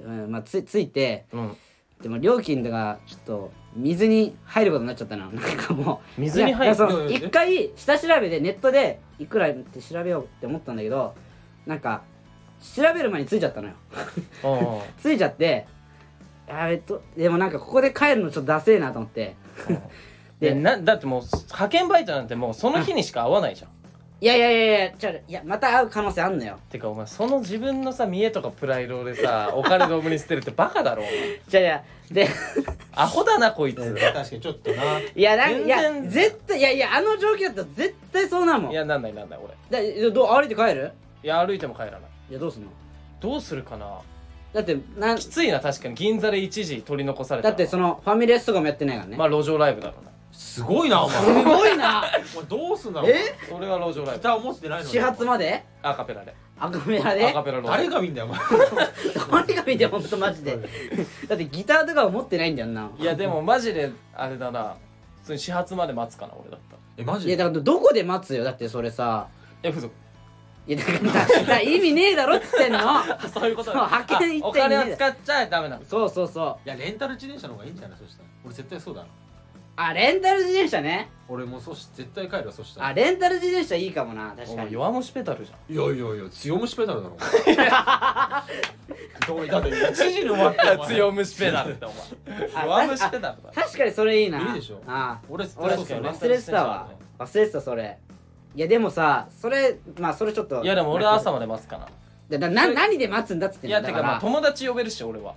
うんまあ、つついてうんでも料金とかちょっと水に入ることになっちゃった ななんかもう水に入るいやいやそのいやいや一回下調べでネットでいくらって調べようって思ったんだけどなんか調べる前についちゃったのよおうついちゃってやべとでもなんかここで帰るのちょっとダセえなと思って でなだってもう派遣バイトなんてもうその日にしか会わないじゃんいやいやいやいやじゃあいやまた会う可能性あんのよてかお前その自分のさ見栄とかプライドで さお金ドブに捨てるってバカだろお前じゃあいやでアホだなこいつ確かにちょっとないやなんかいや全然絶対いやいやあの状況だと絶対そうなんもんいやなんないなんない俺だどう歩いて帰るいや歩いても帰らないいやどうすんのどうするかなだってなんきついな確かに銀座で一時取り残されたらだってそのファミレスとかもやってないからね、まあ路上ライブだろうなすごいなお前すごい なお前どうすんだろうえそれは路上ライブ蓋を持ってないのに始発までアカペラでアカメラアでカペラ路上誰が見んだよお前誰が見てほんとマジでだってギターとかは持ってないんだよないやでもマジであれだな普通に始発まで待つかな俺だったらえマいやジだからどこで待つよだってそれさえふぞいやだからだから意味ねえだろっつってんのそういうことそう派遣行ってあお金は使っちゃダメなのそうそうそういやレンタル自転車の方がいいんじゃないそしたら俺絶対そうだなあレンタル自転車ね俺もそし絶対帰るわそしたらあレンタル自転車いいかもな確おか前に弱虫ペダルじゃんいやいやいや強虫ペダル だろお前どういたって1時に終わったよお 前強虫ペダルってお前弱虫ペダルだ確かにそれいいないいでしょあ俺絶対俺そうするな確か忘れてたわ忘れてたそれいやでもさそれまあそれちょっといやでも俺は朝まで待つかなだだな何で待つんだっつってんいのやだてかからまあ友達呼べるし俺は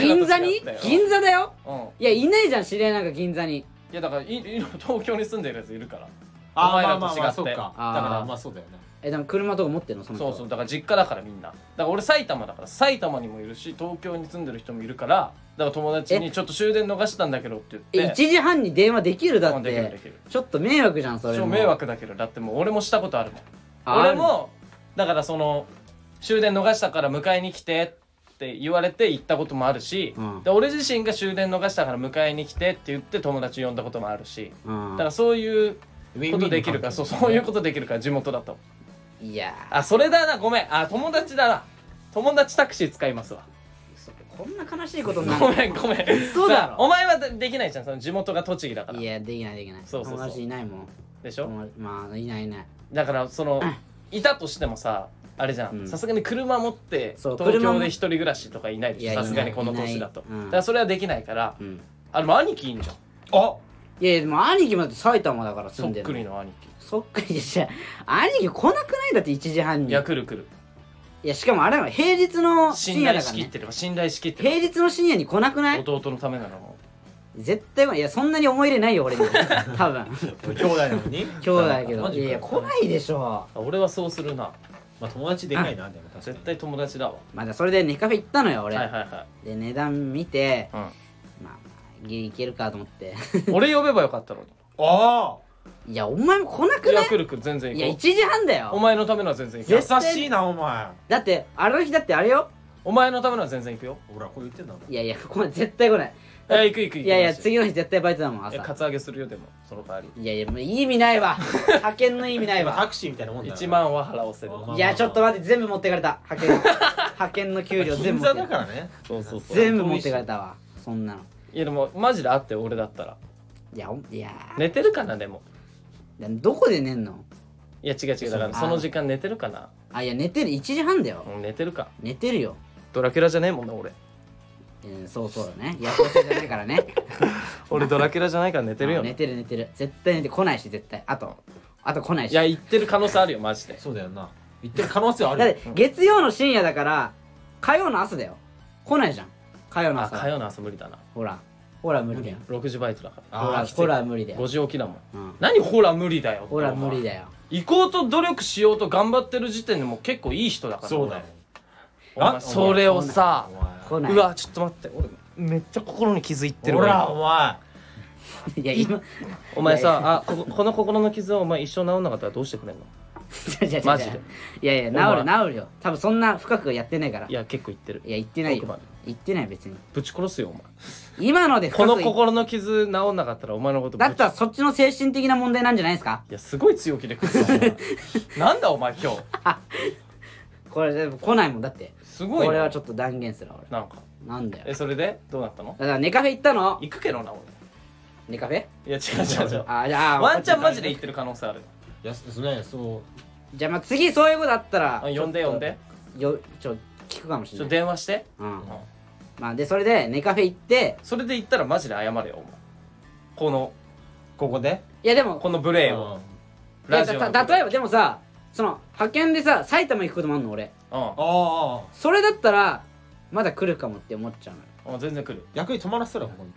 銀座に座銀座だようんいやいないじゃん知り合いなんか銀座にいやだからいい東京に住んでるやついるからあお前まらあとまあ違まあってそうかだかあーらまあそうだよねえでも車とか持ってんのその人そうそうだから実家だからみんなだから俺埼玉だから埼玉にもいるし東京に住んでる人もいるからだから友達にちょっと終電逃したんだけどってえ言1って時半に電話できるだうっんできるでてきるちょっと迷惑じゃんそれ超も迷惑だけどだってもう俺もしたことあるもんあ俺もだからその終電逃したから迎えに来てって言われて行ったこともあるし、うんで俺自身が終電逃したから迎えに来てって言って友達呼んだこともあるしうんだからそういうウィンウィンこのとできるから関係そうそういうことできるから地元だといやあそれだなごめんあ友達だな友達タクシー使いますわーそこんな悲しいことになごるめんごめん そうだろからお前はでできないじゃんその地元が栃木だからいやできないできないそうそうそう友達いないもんでしょ、友達まあいないいないだからそのいたとしてもさあれじゃうんんさすがに車持ってそう東車京もで一人暮らしとかいないいでしやょさすがにこのいない年だとうんだからそれはできないからうんあでも兄貴いいんじゃんあいやでも兄貴もだって埼玉だからそ住っんでるくりの兄貴そっくりでしょ兄貴来なくないだって1時半いにやくるくるいやしかもあれは平日の深信夜だ頼かしらきっねてれば信頼しきってれ平日の深夜に来なくなばい弟のためなのも絶対はいやそんなに思い入れないよ俺に多分兄弟なのに兄弟だけマどいジかやいや来ないでしょあ俺はそうするなまあ友達でかいなでも確かに絶対友達だわまあだそれでネカフェ行ったのよは俺、いはいはで値段見てい、うんまあまあギリいけるかと思って俺呼べばよかった のにあいやお前も来なくいなやいくるくる全然いや1行こ時半だうおよ前のためのは全然行く優絶よしいなお前だってあの日だってあれよお前のためのは全然行くよ俺はこう言ってんだもんいやいやこれ絶対来ないいや行く行く行くいやいやマジで次の日絶対バイトだもんえ朝カツアゲするよでもその代わりいやいやもう意味ないわ派遣の意味ない今わタクシーみたいなもんだよ1万は払わせるまあいやちょっと待って全部持ってかれた派遣派遣の給料全銀部持っ座てだかれかたらねそうそうそう全部持ってかれたわそんなのいやでもマジであって俺だったらいやおいや寝てるかなでもどこで寝んのいや違う違うだからそうその時間寝てるかなあいや寝てる1時半だようん寝てるか寝てるよドラキュラじゃねえもんな俺えーそうそうだね夜行性じゃないからね俺ドラキュラじゃないから寝てるよあ寝ねてる寝てる絶対寝てこないし絶対あとあと来ないしいや行ってる可能性あるよマジでそうだよな言ってる可能性はあだっるて月曜の深夜だから火曜の朝だよ来ないじゃん火曜のあ火朝曜の朝無理だなほらほら無理だよ6時バイトだからほあらあほら無理だ5よ、時起きだもんうん、何ほら無理だよほら無理だよ行こうと努力しようと頑張ってる時点でもう結構いい人だからそうだよお前あそれをさお来前ないうわちょっと待って俺めっちゃ心に傷いってるほわらお前いや今お前いやいさあこここの心の傷をお前一生治んなかったらどうしてくれんの違う違う違うマジでいやいや治る治るよ多分そんな深くやってないからいいやや結構言ってる言ってないよ奥まで言ってない別にぶち殺す よお前今のでこ深のく心の傷治んなかったらお前のことぶだちったらそっちの精神的な問題なんじゃないですか いやすごい強 気で来るよお前なんだお前今日これでも来ないもんだってすごいこれはなちょっと断言するわ俺なんかなんだよえそれでどうなったのだからネカフェ行ったの行くけどな俺ネカフェいや違う違う違うあじゃあワンチャンマジでで行ってる可能性あるいやですねそうじゃあまあ次そういうことあったらあ呼んでち呼ょっとんでよちょ聞くかもしちょれっとない電話してうんまあでそれでネカフェ行ってそれで行ったらマジで謝れよお前このここでいやでもこの無礼をあラジオいやたた例えばでもさその派遣でさ埼玉行くこともあんの俺ばあそれだったらまだ来るかもって思っちゃうのようんあ全然来る逆に止まらせたらここに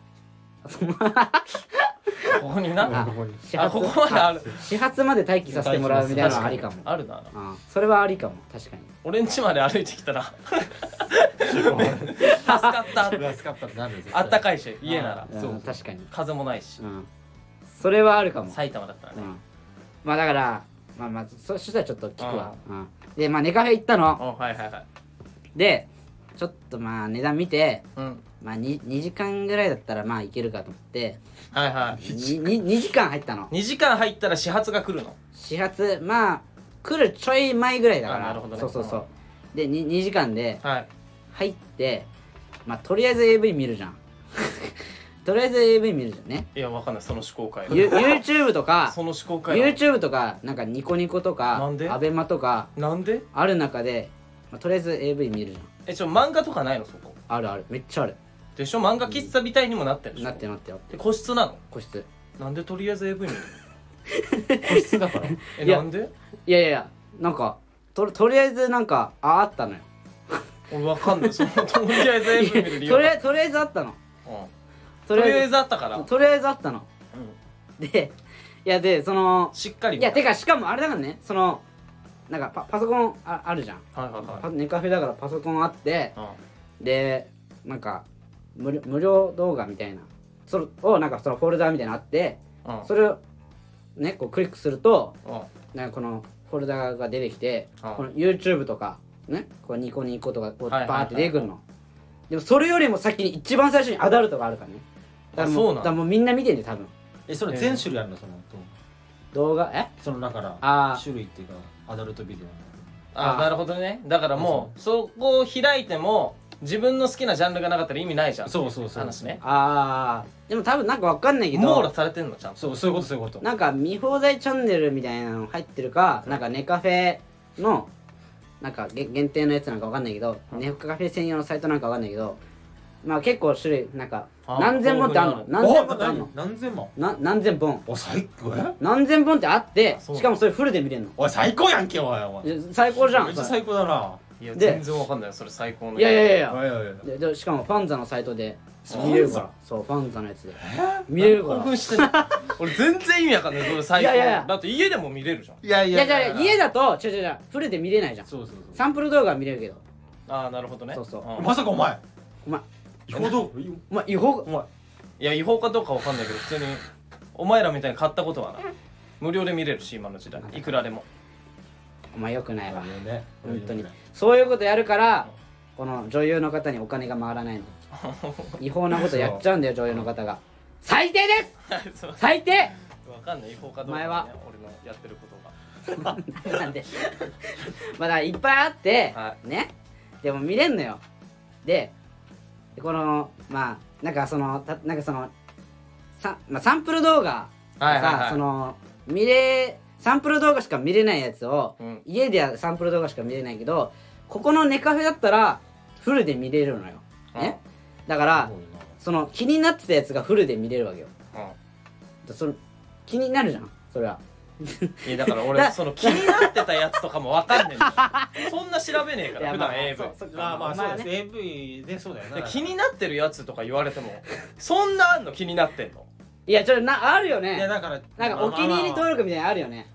ここになあここに始あ発ここまである始発まで待機させてもらうみたいなのはありかもあるなうんそれはありかも確かに俺ん家まで歩いてきた ら 助かった安かったらなるあったかいし家ならうんそう確かに風もないしうんそれはあるかも埼玉だったらうねんまあだからまあまあそそしたらちょっと聞くわ、ううんでまあネカフェ行ったうんのはいはいはいでちょっとまあ値段見てうんまあ 2, 2時間ぐらいだったらまあいけるかと思ってはいはい 2, 2時間入ったの2時間入ったら始発が来るの始発まあ来るちょい前ぐらいだかあらなるほどねそうそうそうで 2, 2時間ではい入ってまあとりあえず AV 見るじゃん とりあえず AV 見るじゃんねいやわかんないその思考回 ゆ YouTube とかその思考回路 YouTube とかなんかニコニコとかなんでアベマとかなんである中で、まあ、とりあえず AV 見るじゃんえちょ漫画とかないのそこあるあるめっちゃあるでしょ漫画喫茶みたいにもなってるでしょなってなってなっでて個室なの個室なんでとりあえず AV 見るの個室だからえいやなんでいやいやいやなんかととりあえずなんかああったのよ俺わかんないそのとりあえず AV 見る理由 とりあはえずとりあえずあったうのんととりりああええずあったからずとりあえずあったのうんでいやでそのしっかりい見たやてかしかもあれだからねそのなんかパパソコンああるじゃんはいはいはいパネカフェだからパソコンあってうんでなんか無料無料動画みたいなそれをなんかそのフォルダーみたいなのあってうんそれをねこうクリックするとうんなんかこのフォルダーが出てきて、うんこの YouTube とかねこうニコニコとかこはういはいはいバーって出てくるの、でもそれよりも先に一番最初にアダルトがあるからねだからもあそうなんだからもうみんな見てんで多分えそれ全種類あるのその動画えそのだからあー種類っていうかアダルトビデオのああなるほどねだからもうそこを開いても自分の好きなジャンルがなかったら意味ないじゃんそうそうそう話ねあーでも多分なんかわかんないけど網羅されてんのちゃんとそうそういうことそういうことなんか見放題チャンネルみたいなの入ってるか、なんかネカフェのなんかげ限定のやつなんかわかんないけど、ネカフェ専用のサイトなんかわかんないけどまあ結構種類なんかあ何千本ってあんの豊何千本おってあんの何何千万な何千本お最高え何千本ってあってそうしかもそれフルで見れるのおい最高やんけおいおいいや最高じゃめっんちゃそれ最高だないやで全然わかんないよそれ最高のいやいやいやいおやいおいおいででしかもファンザのサイトでそう見れるからそうファンザのやつでえ見れるか興ら奮してんの俺全然意味わかんないそれ最高いやいやいやだって家でも見れるじゃんいやいいややいやいや家だと違う違う違うフルで見れないじゃんそうそうそサンプル動画は見れるけどああなるほどねそうそううんまさかお前お前違法道具お前違法お前いや違法かどうかわかんないけど普通にお前らみたいに買ったことはない無料で見れるし今の時代いくらでもお前よくないわね本当にそういうことやるからこの女優の方にお金が回らないの違法なことやっちゃうんだよ女優の方が最低で すそう最低わかんない違法かどうか、ね、お前は俺のやってることなんでまあだからいっぱいあって、はねでも見れんのよでこのまあなんかそのたなんかそのさ、まあ、サンプル動画がさ、その見れサンプル動画しか見れないやつを、うん家ではサンプル動画しか見れないけどここのネカフェだったらフルで見れるのよ、ね、だからその気になってたやつがフルで見れるわけようだその気になるじゃんそれはん、いやだから俺だその気になってたやつとかもわかんねえんだよ そんな調べねえかいら普やまあ段 AV そうそうまあまあまあねそうです AV でそうだよでな気になってるやつとか言われてもそんなあんの気になってんのいやちょっとなあるよいやねだからなんかお気に入り登録みたいなのあるよ ね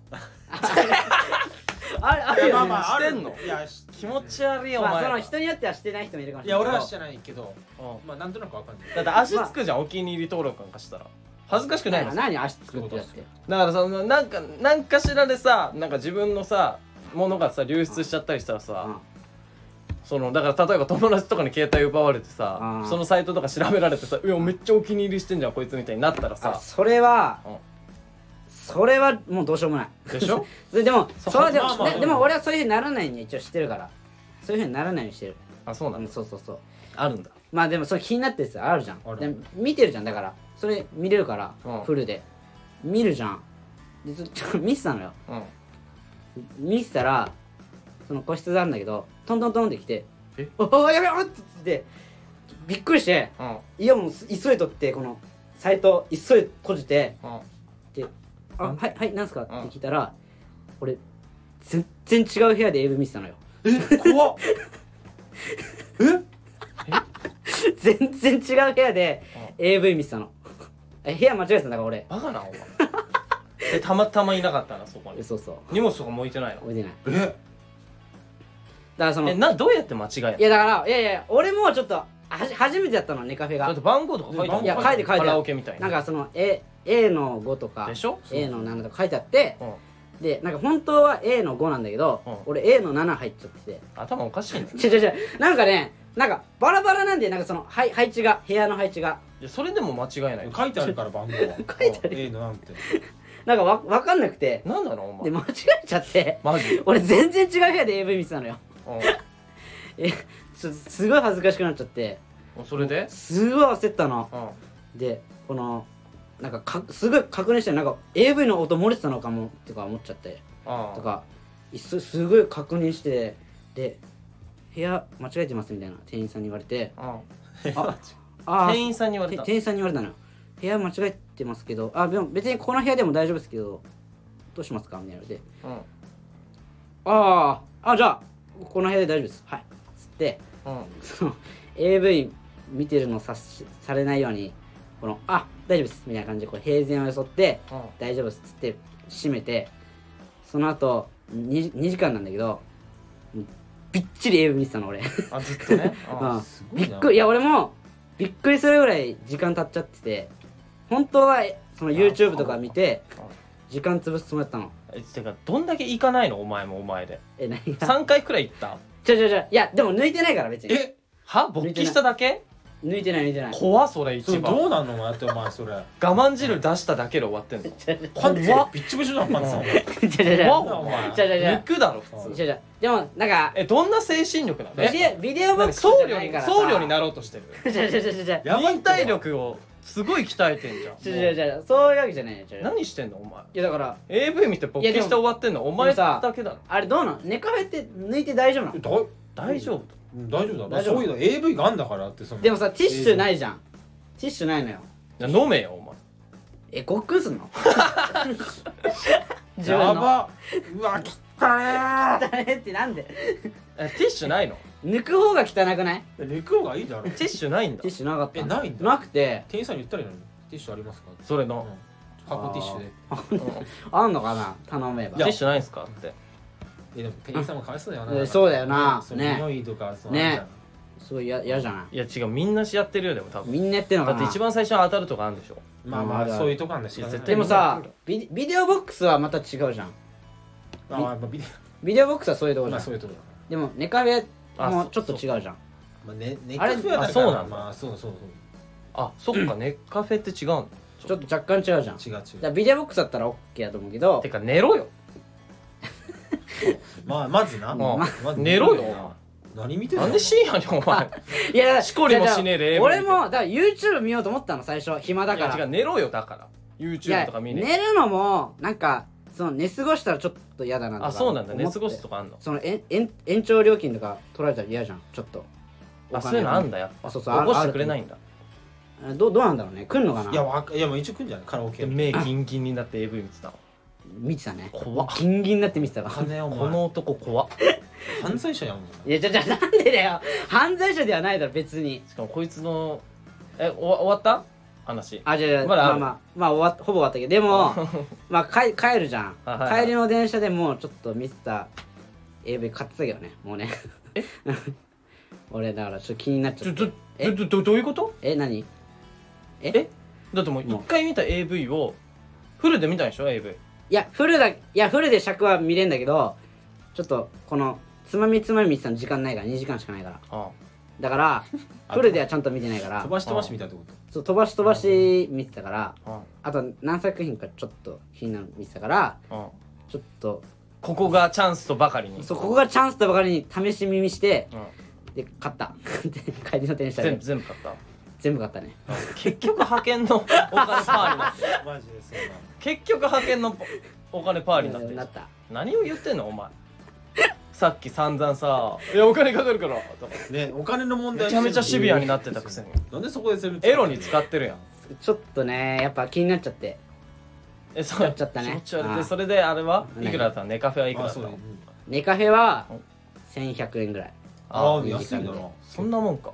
あるあるいよやねまあまああるしてんのいやし気持ち悪いよお前まあそら、の人によってはしてない人もいるかもしいれなやい俺はしてないけどうんまあなんとなくわかんないだって足つくじゃん、お気に入り登録なんかしたら恥ずかしくないのな何足作ってやってだからそのなんかなんかしらでさなんか自分のさものがさ流出しちゃったりしたらさ、そのだから例えば友達とかに携帯奪われてさ、うんそのサイトとか調べられてさ「うわめっちゃお気に入りしてんじゃんこいつ」みたいになったらあさそれは、うんそれはもうどうしようもないでしょ それでもそそれでまあまあででも俺はそういうふうにならないに一応してるからそういうふうにならないようにしてるあそうなうんんだそうそうそうあるんだまあでもそれ気になってるやつあるじゃあんるで見てるじゃんだからそれ見れるから、うんフルで見るじゃんでずっと 見てたのようん見てたらその個室があるんだけどトントントンって来てえ「おおやべろ!」って言ってびっくりしてうんイヤホンす急いとってこのサイト急いで閉じてうん「あうんはいはいなんすか?」ってうん聞いたら俺全然違う部屋で AV 見てたのよ え怖っ全然違う部屋でう AV 見てたのえ部屋間違えてたんだから俺バカなお前でたまたまいなかったなそこえにそうそう荷物とか向いてないの覚えてないえだからそのえいなどうやって間違えんのやだからいやいや俺もちょっとはじ初めてやったのネカフェだっがて番号とか書いてあるいや書いてる書いてあるカラオケみたいななんかその A, A の5とかでしょ A の7とか書いてあってうんでなんか本当は A の5なんだけど、うん俺 A の7入っちゃってて頭おかしいね違う違う違うなんかねなんかバラバラなんでなんかそのはい配置が部屋の配置がいやそれでも間違えない書いてあるから番号は 書いてある A のなんてなんかわ分かんなくてなんなのおで前間違えちゃってマジ俺全然違う部屋で AV 見てたのようえちょすごい恥ずかしくなっちゃってんそれですごい焦ったのうんでこのなんかかすごい確認してなんか AV の音漏れてたのかもとか思っちゃってとあかいっそすごい確認してで部屋間違えてますみたいな店員さんに言われてあ ああー店員さんに言われてた店員さんに言われたのよ部屋間違えてますけどあでも別にこの部屋でも大丈夫ですけどどうしますかみたいなのでうんあーあじゃあこの部屋で大丈夫ですはいつってうんその AV 見てるのさしされないようにこのあ大丈夫ですみたいな感じでこう平然を装ってうん大丈夫っすっつって閉めてその後に 2, 時間なんだけどびっちり AV 見てたの俺あずっとねうんすごびいっなくりいや俺もびっくりするぐらい時間経っちゃってて本当はえその YouTube とか見て時間潰すつもりだったのえてかどんだけ行かないのお前もお前でえ何が3回くらい行ったちょちょちょいやでも抜いてないから別にえは勃起しただけ抜いてない抜いてない怖それそれ一番どうなんのやってお前それ我慢汁出しただけで終わってんのパンツ怖っピッチピチだパンツさん ちょちょちょち怖ょっお前ちょちょちょ抜くだろ普ちょ通ちょでもなんかえどんな精神力なのビえデオビデオボなッんかクス僧じ侶ゃないにからさ僧侶になろうとしてるちょちょちょちょちょやばい忍耐力をすごい鍛えてんじゃちょちょんちょそういうわけじゃないよちょちょ何してんのお前いやだから AV 見て勃起して終わってんのお前だけだろあれどうなのネカフェって抜いて大丈夫なのだい大丈夫うん大丈夫だ大丈夫そういうの AV があんだからってそのでもさティッシュないじゃんティッシュないのよじゃあ飲めよお前えごっくんす んの自分のやばうわきったねーあれってなんでえティッシュないの抜く方が汚くないレクオがいいだろティッシュないんだティッシュなかったえないんだなくて店員さんに言ったらいいのにティッシュありますかそれうんの、箱ティッシュでうんテあんのかな頼めばィッシュないんすかってえでも店員さんもかわいそうだよえなそうだよなそのね匂いとかそのねすごいや嫌じゃないいや違うみんなしやってるよでも多分みんなやってんのだかってな一番最初に当たるとかあるんでしょまあまあままああそういうとこなんだしいや絶対でもさみんなビデビデオボックスはまた違うじゃんまあまあビデビデオボックスはそういうとこオじまゃあんそういうとこだでもネカフェあもそちょっと違うじゃんまあねねあれカフェはだあかそうらなんだまあそうそうそあそっかネッカフェって違うのちょっと若干違うじゃんだかう違う違らうビデオボックスだったら OK やと思うけどてか寝ろよまあまずなうんまず寝ろよ何見てお前なるんで深夜にお前いやだからしこりもしねえでいや AV 俺もだから YouTube 見ようと思ったの最初暇だいかやら違う寝ろよだからいや YouTube とか見ねえ寝るのもなんかその寝過ごしたらちょっと嫌だなとかあそうなんだ思って寝過ごすとかあんのそのえんえん延長料金とか取られたら嫌じゃんちょっとあそういうのあんだやっぱあそうそうあ起こるしてくれないんだあどうどうなんだろうね来んのかないやわかいやもう一応来んじゃないカラオでケ目ギンギンになって AV 見てたの見てたね怖っギンギンになって見てたわ金おこ前の男怖っ犯罪者やもんいやじゃじゃなんでだよ犯罪者ではないだろ別にしかもこいつのえおわ終わった話あじゃあじゃあまだあまあるまあまあ終わっほぼ終わったけど でもまあ帰帰るじゃんあはいはい帰りの電車でもうちょっと見てた AV 買ってたけどねもうねえ 俺だからちょっと気になっちちゃょったちょえどどどういうことえ何ええだってもう一回見た AV をフルで見たんでしょ AV いやフルだいやフルで尺は見れんだけどちょっとこのつまみつまみ見てたの時間ないから2時間しかないからあだから あフルではちゃんと見てないか飛らばし飛ばしみたいなってことそう飛ばし飛ばし見てたからあああと何作品かちょっと気になるの見てたからああちょっとここがチャンスとばかりにそうここがチャンスとばかりに試し耳してうんで買った 帰りの電車全で部全部買った全部買ったね結局派遣のお金パーになってるマジでそうなの結局派遣のお金パーになってるなった何を言ってんのお 前さっき散々さ「いやお金かかるから」とかねお金の問題めちゃめちゃシビアになってたくせになんでそこでセルエロに使ってるやんちょっとねやっぱ気になっちゃってえそやっちゃったね気持ち悪いあであそれであれは何いくらだったのネカフェはいくらあだったそうだのねネカフェは1100円ぐらいああー安いんだなそんなもんか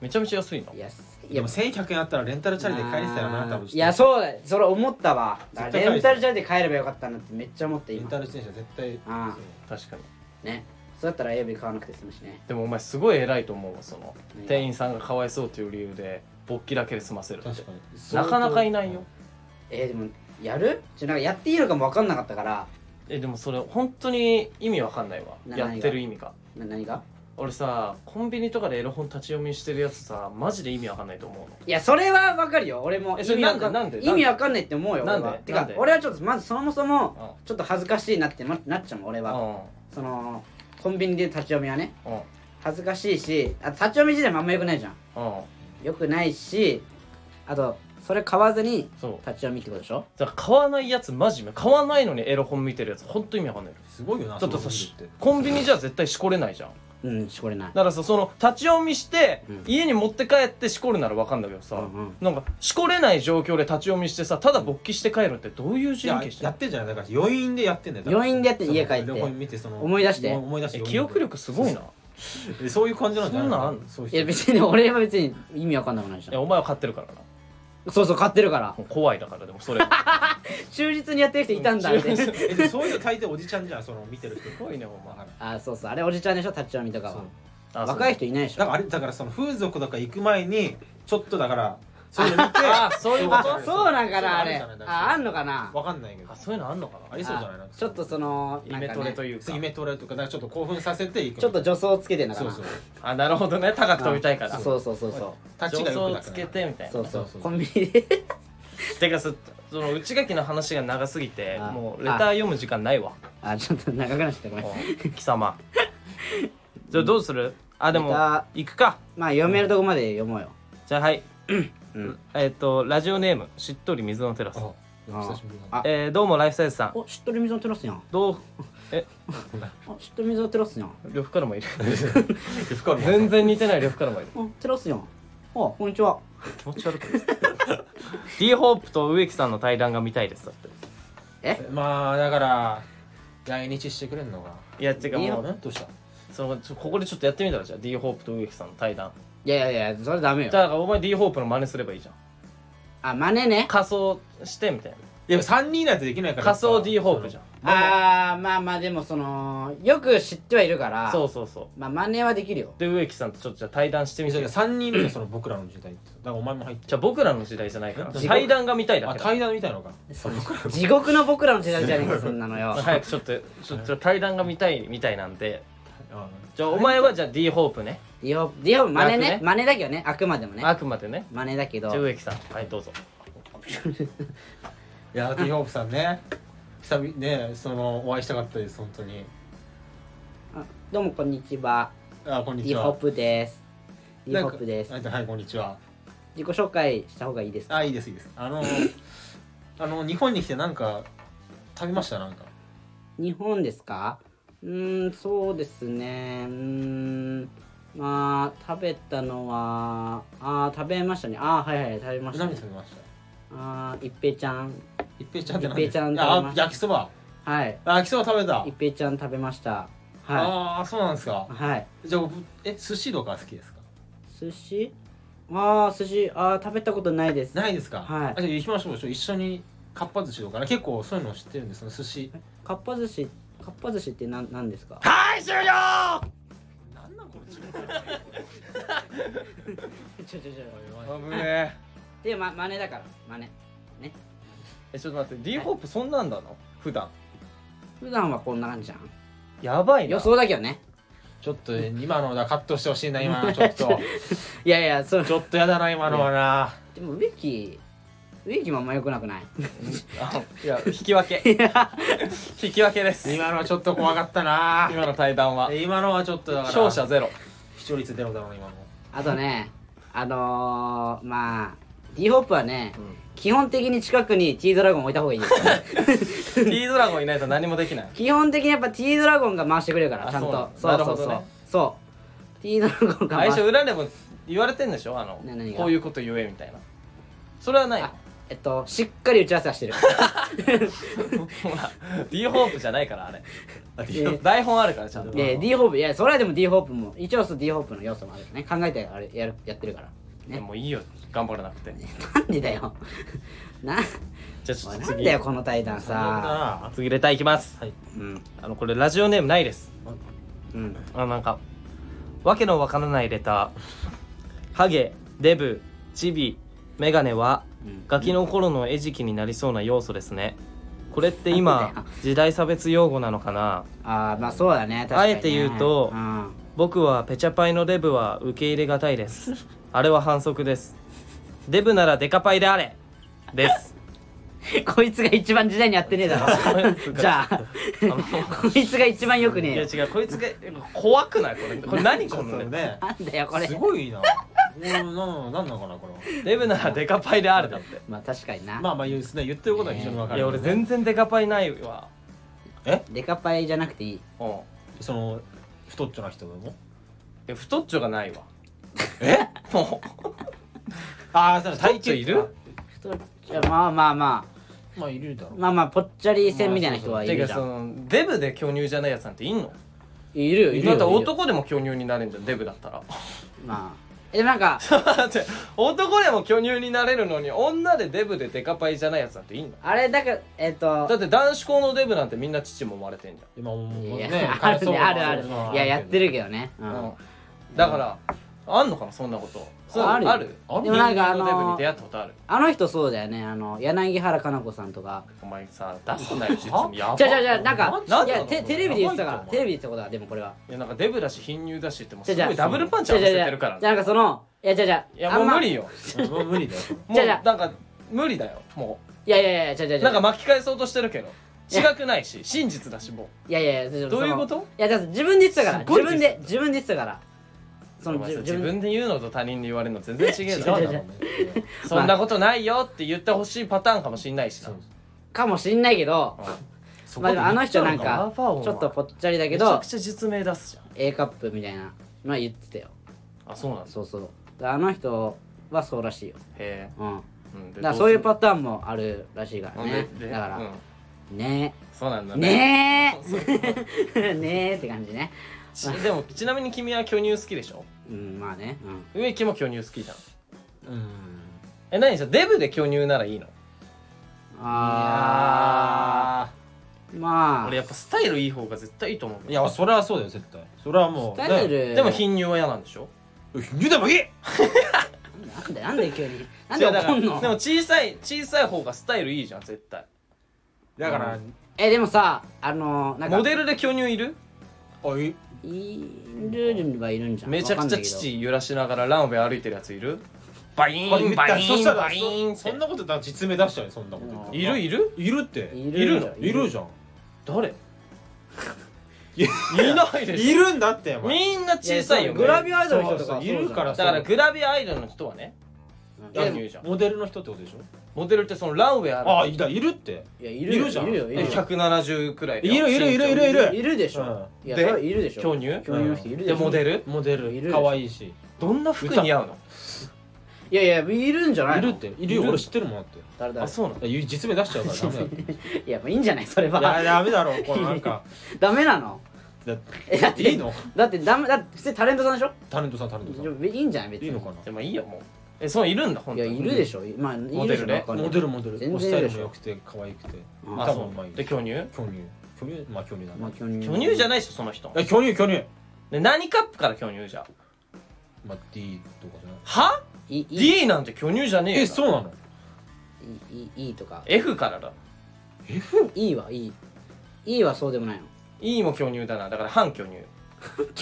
めちゃめちゃ安いの安いいやもう1100円あったらレンタルチャリで帰れてたよな多分いやそうだよそれ思ったわ絶対帰るレンタルチャリで帰ればよかったなってめっちゃ思ってレン今タル自転車絶対あ確かにねそうだったらエアビー買わなくて済むしねでもお前すごい偉いと思うわそのね店員さんがかわいそうという理由で勃起だけで済ませる確かになかなかいないよえー、でもやるちょなんかやっていいのかも分かんなかったからえでもそれ本当に意味わかんないわなやってる意味がな何が俺さコンビニとかでエロ本立ち読みしてるやつさマジで意味わかんないと思うのいやそれは分かるよ俺もえ意それ味わかなんでなんでなんで意味わかんないって思うよ俺なんはでてなんかで俺はちょっとまずそもそもうちょっと恥ずかしいなってななっちゃうもん俺はそのコンビニで立ち読みはねうんうん恥ずかしいしあ立ち読み自体もあんまよくないじゃんうんよくないしあとそれ買わずにそう立ち読みってことでしょだから買わないやつマジめ買わないのにエロ本見てるやつ本当意味わかんないよすごいよなだってさそういうのってコンビニじゃ絶対しこれないじゃんうんしこれないだからさその立ち読みして、うん家に持って帰ってしこるならわかんだけどさ、うんうんなんかしこれない状況で立ち読みしてさただ勃起して帰るってどういうい神や経してんやのってんじゃないだから余韻でやってんだよ余韻でやって家帰ってその旅行見てその思い出して思い出してえ余韻で記憶力すごいなえそういう感じなんじゃないそんなんあんのそういやいう人別に俺は別に意味わかんなくないじいやゃお前は買ってるからなんそうそう買ってるからもう怖いだからでも それ忠実にやってる人いたんだっ てすえでもそういうの大抵おじちゃんじゃんその見てる人ごいねお前まあそうそうあれおじちゃんでしょ立ち読みとかあそうはあ若いそう人いないでしだからょあれだからその風俗とか行く前にちょっとだからそういうの見てあそういうこあとそうなんかなあれそういうのるじゃないああんのかなわかんないけどあそういうのあんのかなありそうじゃないなんあかちょっとそのイメトレといういうかイメトレとかなんかちょっと興奮させていくちょっと助走をつけてんだかそうらそうあなるほどね高く飛びたいからそうそうそうそう立ちが良く上な層つくなけるてみたいなそうそうそうそうコンビニで てかそその内垣の話が長すぎてあもうレター読む時間ないわあちょっと長くなっちゃったごめんうん貴様じゃあどうするあでもレター行くかまあ読めるとこまで読もうよじゃあはい、うんえっ、とラジオネームしっとり水のテラスあ久あしぶりだあえー、どうもライフサイズさんおしっとり水のテラスやんどうえあしっとり水のテラスやん呂布からもいる深野全然似てない呂布からもいるあテラスやんあこんにちは気持ち悪くない D ホープと植木さんの対談が見たいですだってまあだから来日してくれんのかいやてかもなううんどうしたそのちょここでちょっとやってみたらじゃあ D ホープと植木さんの対談いやいやいやそれダメだよからお前 D ホープの真似すればいいじゃんあ真似ね仮装してみたいないや3人いないとできないから仮装 D ホープじゃんんあーまあまあでもそのよく知ってはいるからそうそうそうまあ真似はできるよで植木さんとちょっとじゃあ対談してみて3人目その僕らの時代ってだからお前も入ってじゃあ僕らの時代じゃないからえ対談が見たいだあけだ対談みたいのか僕ら地獄の僕らの時代じゃねえかそんなのよ早くちょっとちょっと対談が見たいみたいなんであじゃあお前はじゃあ D ホープねリオリオ真楽似ねね真似だけどねあくまでもねあくまでね真似だけどじゃあ植木さんはいどうぞいやティーホープさんね久々ねそのお会いしたかったです本当にあどうもこんにちはあこんにリちホッはプですリホップですなんかはいこんにちは自己紹介した方がいいですかあいいですいいですあのあの日本に来てなんか食べましたなんか日本ですかうーんそうですねうーんまあ食べたのはあー食べましたねあーはいはい食べました、何ね食、べましたあー一平ちゃん一平ちゃんって何一平ちゃん食べまあした焼きそばはいあ焼きそば食べた、一平ちゃん食べましたはああそうなんですかいはいじゃあえ寿司とか好きですか寿司ああ寿司ああ食べたことないですないですかはいあじゃあ行きましょう一緒にかっぱ寿司とかね結構そういうの知ってるんですよ寿司かっぱ寿司かっぱ寿司ってなんなんですかはい終了なんなんこれちょちょちょ危ねでま真似だから真似ねえちょっと待って D ホープそんなんだの普段普段はこんな感じじゃんやばい予な想だけどねちょっと今のだカットしてほ しいな今のちょっといやいやそうちょっとやだな今のはなでも植木植木もあんま良くな くないあいや引き 分け引き分けです今のはちょっと怖かったな今の対談は今のはちょっとだから 勝者ゼロ視聴率出ろだろうな今のあとねあのー、まあ D ホープはね、基本的に近くに T ドラゴン置いた方がいいですよ ね T ドラゴンいないと何もできない基本的にやっぱ T ドラゴンが回してくれるからあちゃんとそうなんだそなるほどうそうそう、ねそう T ドラゴンが相回して性裏でも言われてんでしょあのね何がこういうこと言えみたいなそれはないのあえっとしっかり打ち合わせはしてる ほら D ホープじゃないからあれあいや台本あるからちゃんとで D ホープいやそれはでも D ホープも一応そう D ホープの要素もあるよね考えてあれやるやってるからでねもういいよ頑張らなくてなんでだよなじゃあちょおっいとなん次だよこの対談さあ次レターいきますうんあのこれラジオネームないですうんあなんかわけのわからないレターハゲデブチビメガネはうんガキの頃の餌食になりそうな要素ですねこれってなんだ今よ時代差別用語なのかなああまあそうだね確かにねあえて言うとうん 僕はペチャパイのデブは受け入れがたいですあれは反則ですデブならデカパイであれですこいつが一番時代に合ってねえだ ろじゃあこいつが一番よくいやねえよ違うこいつが怖くないこれこれ 何このねねなんだよこれすごいなうんなんなんなのかなこれはデブならデカパイであれだってまあ確かにな、まあまあ言うですね言ってることは非常にわかいるや俺全然デカパイないわデカパイじゃなくていいうんその太っちょな人でもえ太っちょがないわえもああその体型いる太っちゃまあまあままあいるだろあうまあまあぽっちゃり線みたいな人はういてるかじゃそんのデブで巨乳じゃないやつなんていんのいるよいるよだったいるらよ男でも巨乳になれんじゃんデブだったらまあえでもなんか待って男でも巨乳になれるのに女でデブでデカパイじゃないやつなんていんのあれだからえっ、だっとて男子校のデブなんてみんな父も生まれてんじ今もういや、ね あるねあるあるいややってるるけどね、うゃん、んうん、だから、あんのかなそんなことそうあるよあるでもなんかあのー人間デブに出会ったことあるあの人そうだよねあの柳原加奈子さんとかお前さ出すなよ実にやばじゃじゃじゃなんかなんいだろやうテテレビで言ってたかやらばいと思うテレビで言ってたことだでもこれはいやなんかデブだし貧乳だしってもうじゃすじゃごいダブルパンチじゃ合わじゃせじてゃるからじゃなんかそのいやじゃじゃいやもう無理よもう無理だよもじうゃじなゃんか無理だよもいやいやいやじゃじゃうじゃなんか巻き返そうとしてるけど違くないし真実だしもいやいやいやうどういうこそのといやだって自分で言ってたかすらごい自分で自分で言ってたからそおの前自さ自自分分で言うのと他人に言われるの全然違違ううぞだ違う違ろううねそんなことないよって言ってほしいパターンかもしんないしなそうかもしんないけどそこまであでもあの人なん言っちゃうかのちかなょっとぽっちゃりだけめちゃどくちゃ実名出すじ A カップみたいなのは言ってたよゃんあそうなんですそうそうだからあの人はそうらしいよへうんえうんだでからどそういうパすターンもあるらしいからるねででだかうんらねそうなんだねそうえ ねえって感じねちでもちなみに君は巨乳好きでしょうんまあねうん植木も巨乳好きじゃんうんえ何じゃあデブで巨乳ならいいのあーまあ俺やっぱスタイルいい方が絶対いいと思うけどいやそれはそうだよ絶対それはもうスタイルでも貧乳は嫌なんでしょ言うでもいいなんでなんで急になんで怒いんやだからでもの小さい小さい方がスタイルいいじゃん絶対だからえでもさあのなんかモデルで巨乳いるおいいるはいるんじゃんめちゃくちゃ父父揺らしながらランウェイ歩いてるやついるバイこれーン言ったバらイそしたーンらバイーンそってそんなことだったら実名出しちゃうよそんなこと言ったらいるいるいるっていいるるのいるじゃん誰 いいないでいしょるんだってお前みんな小さいよやそうグラねビアアイドルの人とかそうそういるからだからグラビアアイドルの人はねうん巨でも乳じゃんモデルの人ってことでしょモデルってそのランウェイあ歩あいだいるっていやいるよいるじゃんいるよいいてるよ170くらいでいるいるいるいるいるいるでしょいやそれはいるでしょ巨乳巨乳の人いるでしでょモデルモデいルる可愛いしどんな服似合うのいやいやいるんじゃないいるのっているよいる俺知ってるもんだって誰だあそうなのいや実名出しちゃうからダメだっていやまあいいんじゃないそれいや はダメだろこれなんかダメなのだえだっていいのだってダメだって普通にタレントさんでしょタレントさんタレントさんいいんじゃない別いにいのかでもいいよもうえそういるんだ本い当やにいるでしょまあいるでしょモデルね中なにモデルモデル全もうス然タいイるでルしもし良ょくて可愛くてうんあ多そ分まあいういで巨乳巨乳巨乳まあ巨乳だまあな巨乳巨乳じゃなないいでしょその人え巨乳巨乳で何カップから巨乳じゃんまあ D とかじゃないはいいい ?D なんて巨乳じゃねえよえそうなのいいいとか F からだ F? いいはいいいいはそうでもないの E も巨乳だなだから半巨乳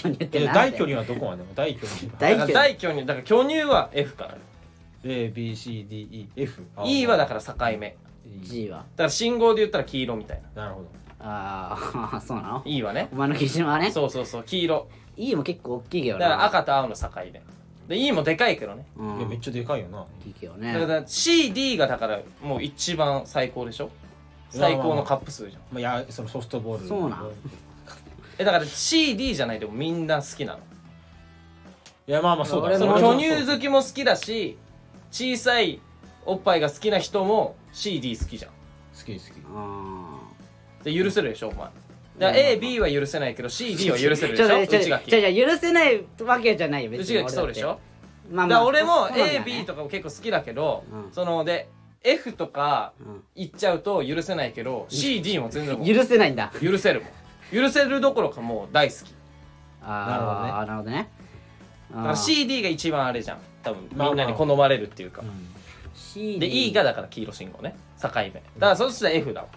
巨乳ってえなんだよ大巨乳はどこまでも大巨乳大だから巨乳大巨乳だから巨乳は F から ABCDEF E はだから境目 G はだから信号で言ったら黄色みたいななるほどああ そうなの E はねお前の基準はねそうそうそう黄色 E いいも結構大きいけどだなから赤と青の境でで E もでかいけどねうんいやめっちゃでかいよな大きいけどだかねら CD がだからもう一番最高でしょいや最高のカップ数じゃんまあ、いやそのソフトボールそうなんいえだから CD じゃないでもみんな好きなのやまあまあそうだ俺そもの俺巨乳好きも好きだし小さいおっぱいが好きな人も CD 好きじゃん好き好きあで許せるでしょお前うだんから AB は許せないけど CD は許せるーでちしょょちょ内ちょ垣ちょちょ許せないわけじゃないよ別内に垣そうでしょまあだから俺もそうなんだよね AB とかも結構好きだけどうんそので F とかう言っちゃうと許せないけど CD も全然もんう許せないんだ許せるもん許せるどころかもう大好きああなるほどねだからあー CD が一番あれじゃん多分まあまあみんなに好まれるっていうか、 C で E がだから黄色信号ね境目だからそしたら F だわ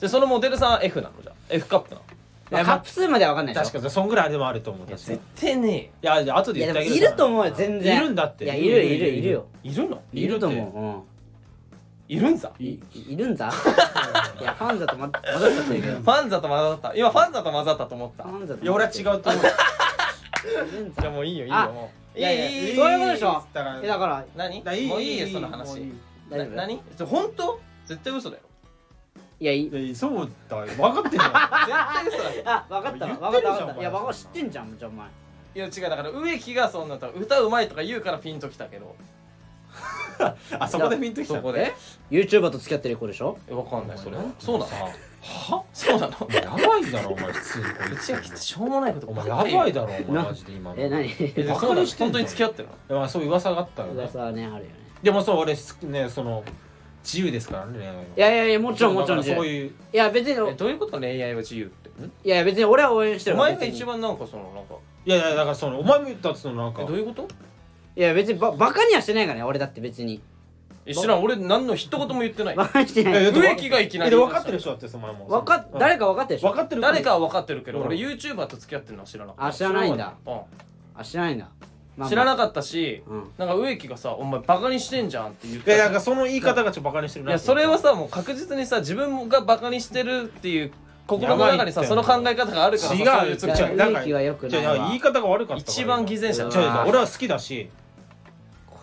でそのモデルさんは F なのじゃん F カップなのまあカップ数までは分かんないでしょ確かにそんぐらいでもあると思ういや確かに絶対ねいやじゃあ後でいや言っでもてあげるいると思うよ全然いるんだっていやいるいるいるよえいるのいいるるとと思いるんざううんいいるん ざいやファンザとま混ざっちゃってるけどファンザと混ざった今ファンザと混ざったと思ったファンザといや俺は違うと思うじゃいるんあざもういいよいいあよもういいやいやいいいいそういうことでしょだからえだから何だいいもういいよその話も大な丈夫何それ本当絶対嘘だよいやいいういいいやそうだよ分か ってんじゃ絶対嘘だよあ分かったわ言分ってるじかゃんった分かっおた前いや分か知ってんじゃんじゃあお前いや違うだから植木がそんなと歌うまいとか言うからピンときたけどんあそこでピンときたそのこで YouTuber と付き合ってる子でしょえわかんないそれはお前そうなのはそうな のやばいだろお前普通にこいつ内垣ってしょう もないことおばっ前かやりばいだろおな前マジで今のえ何えでもバカそうなのにしてん本の当に付き合ってるのいやそういう噂があったよね噂はねあるよねでもそう俺すねその自由ですからね恋愛はいやいやいやもちろんもちろんだからそういういや別にえどういうこと恋愛は自由っていや別に俺は応援しておる前が別に一番なんかそのなんかいやいやだからそのお前も言ったっつうのなんかえどういうこといや別にババカにはしてないからね俺だって別にえ知らん俺何の一言も言ってないバカにしてないやいや植木がいきなりえで分かってるでしょだってその前もわかっうん誰か分かってるでしょ分かってる誰かは分かってるけどうん俺 YouTuber と付き合ってるのは知らなかあっ知らないんだた、うんあ知らないんだまあ知らなかったしうんなんか植木がさ「お前バカにしてんじゃん」って言っいやなんてかその言い方がちょっとバカにしてるいなやそれはさもう確実にさ自分がバカにしてるっていう心の中にさやそばいのって考え方があるからさ違うそういうツッコミ違うなんか雰囲気は良くじないゃあわ言い方が悪かったから一番偽善者違う違ううわ俺は好きだし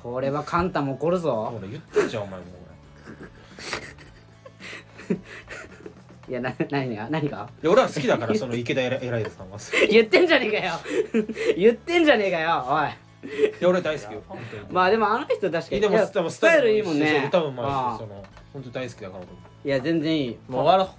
これはカンタも怒るぞ俺言ってんじゃんお前もういやな何が何がいや俺は好きだからその池田エラエライザさんは 言ってんじゃねえかよ 言ってんじゃねえかよおいいや俺大好きよ本当にまあでもあの人確かにでいもやスタスタイルいいもんそうね歌うまいあしあその本当大好きだから俺いや全然い いもう終わ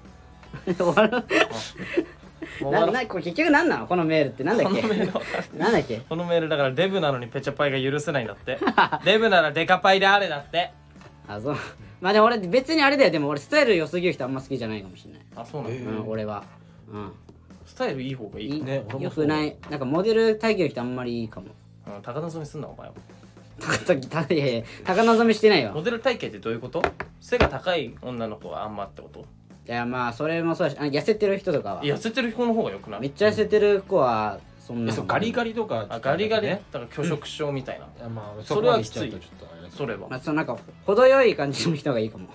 ろ終わるうもう終わなろうなこれ結局何なのこのメールってなんだっけこのメールはなんだっけこのメールだからデブなのにペチャパイが許せないんだってデブならデカパイであれだってあそうまあでも俺別にあれだよでも俺スタイル良すぎる人あんま好きじゃないかもしれない、あそうなんだえうん、俺はうんスタイルいい方がいいいね俺もそうよくないなんかモデル体型の人あんまりいいかも うん高望みすんなお前は高たいやいや高望みしてないよモデル体型ってどういうこと背が高い女の子はあんまってこといやまあそれもそうだしあ痩せてる人とかは痩せてる子の方がよくなめっいちゃ痩せてる子はそんえなそうガリリガリとかあガリガリだねから拒食症みたいな、いやまあそそれれははききつついいとちょっとあれだけどそれは、まあそのなんか程よい感じの人がいいかも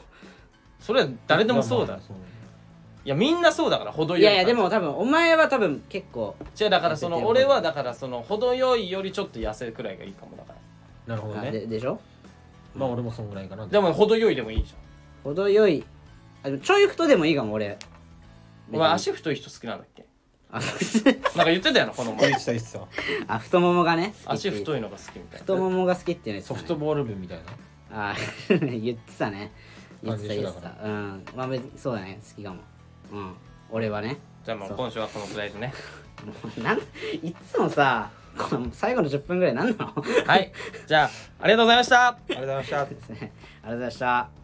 それは誰でもそうだ、まあまあそういやみんなそうだから程よいいやいやで感も多分お前は多分結構じ違うだからそ痩せのてる俺はだからその程よいよりちょっと痩せるくらいがいいかもだからなるほどあねででしょまあ俺もそんぐらいかなでも程よいでもいいじ程よいあでもちょい太でもいいかもゃ俺んお前足太い人好きなんだっけあ なんか言ってたよなこの言 前ってた言ってたあ太ももがね好き足っていう太いのが好きみたいな太ももが好きっていうねソフトボール部みたいなあ ー言ってたね言っ感てたじでし言ょってだたうんまあ別にそうだね好きかもうん俺はねじゃあもう今週はこのくらいでねもうなんいつもさこの最後の10分ぐらいなんなの はいじゃあありがとうございましたありがとうございましたですねありがとうございました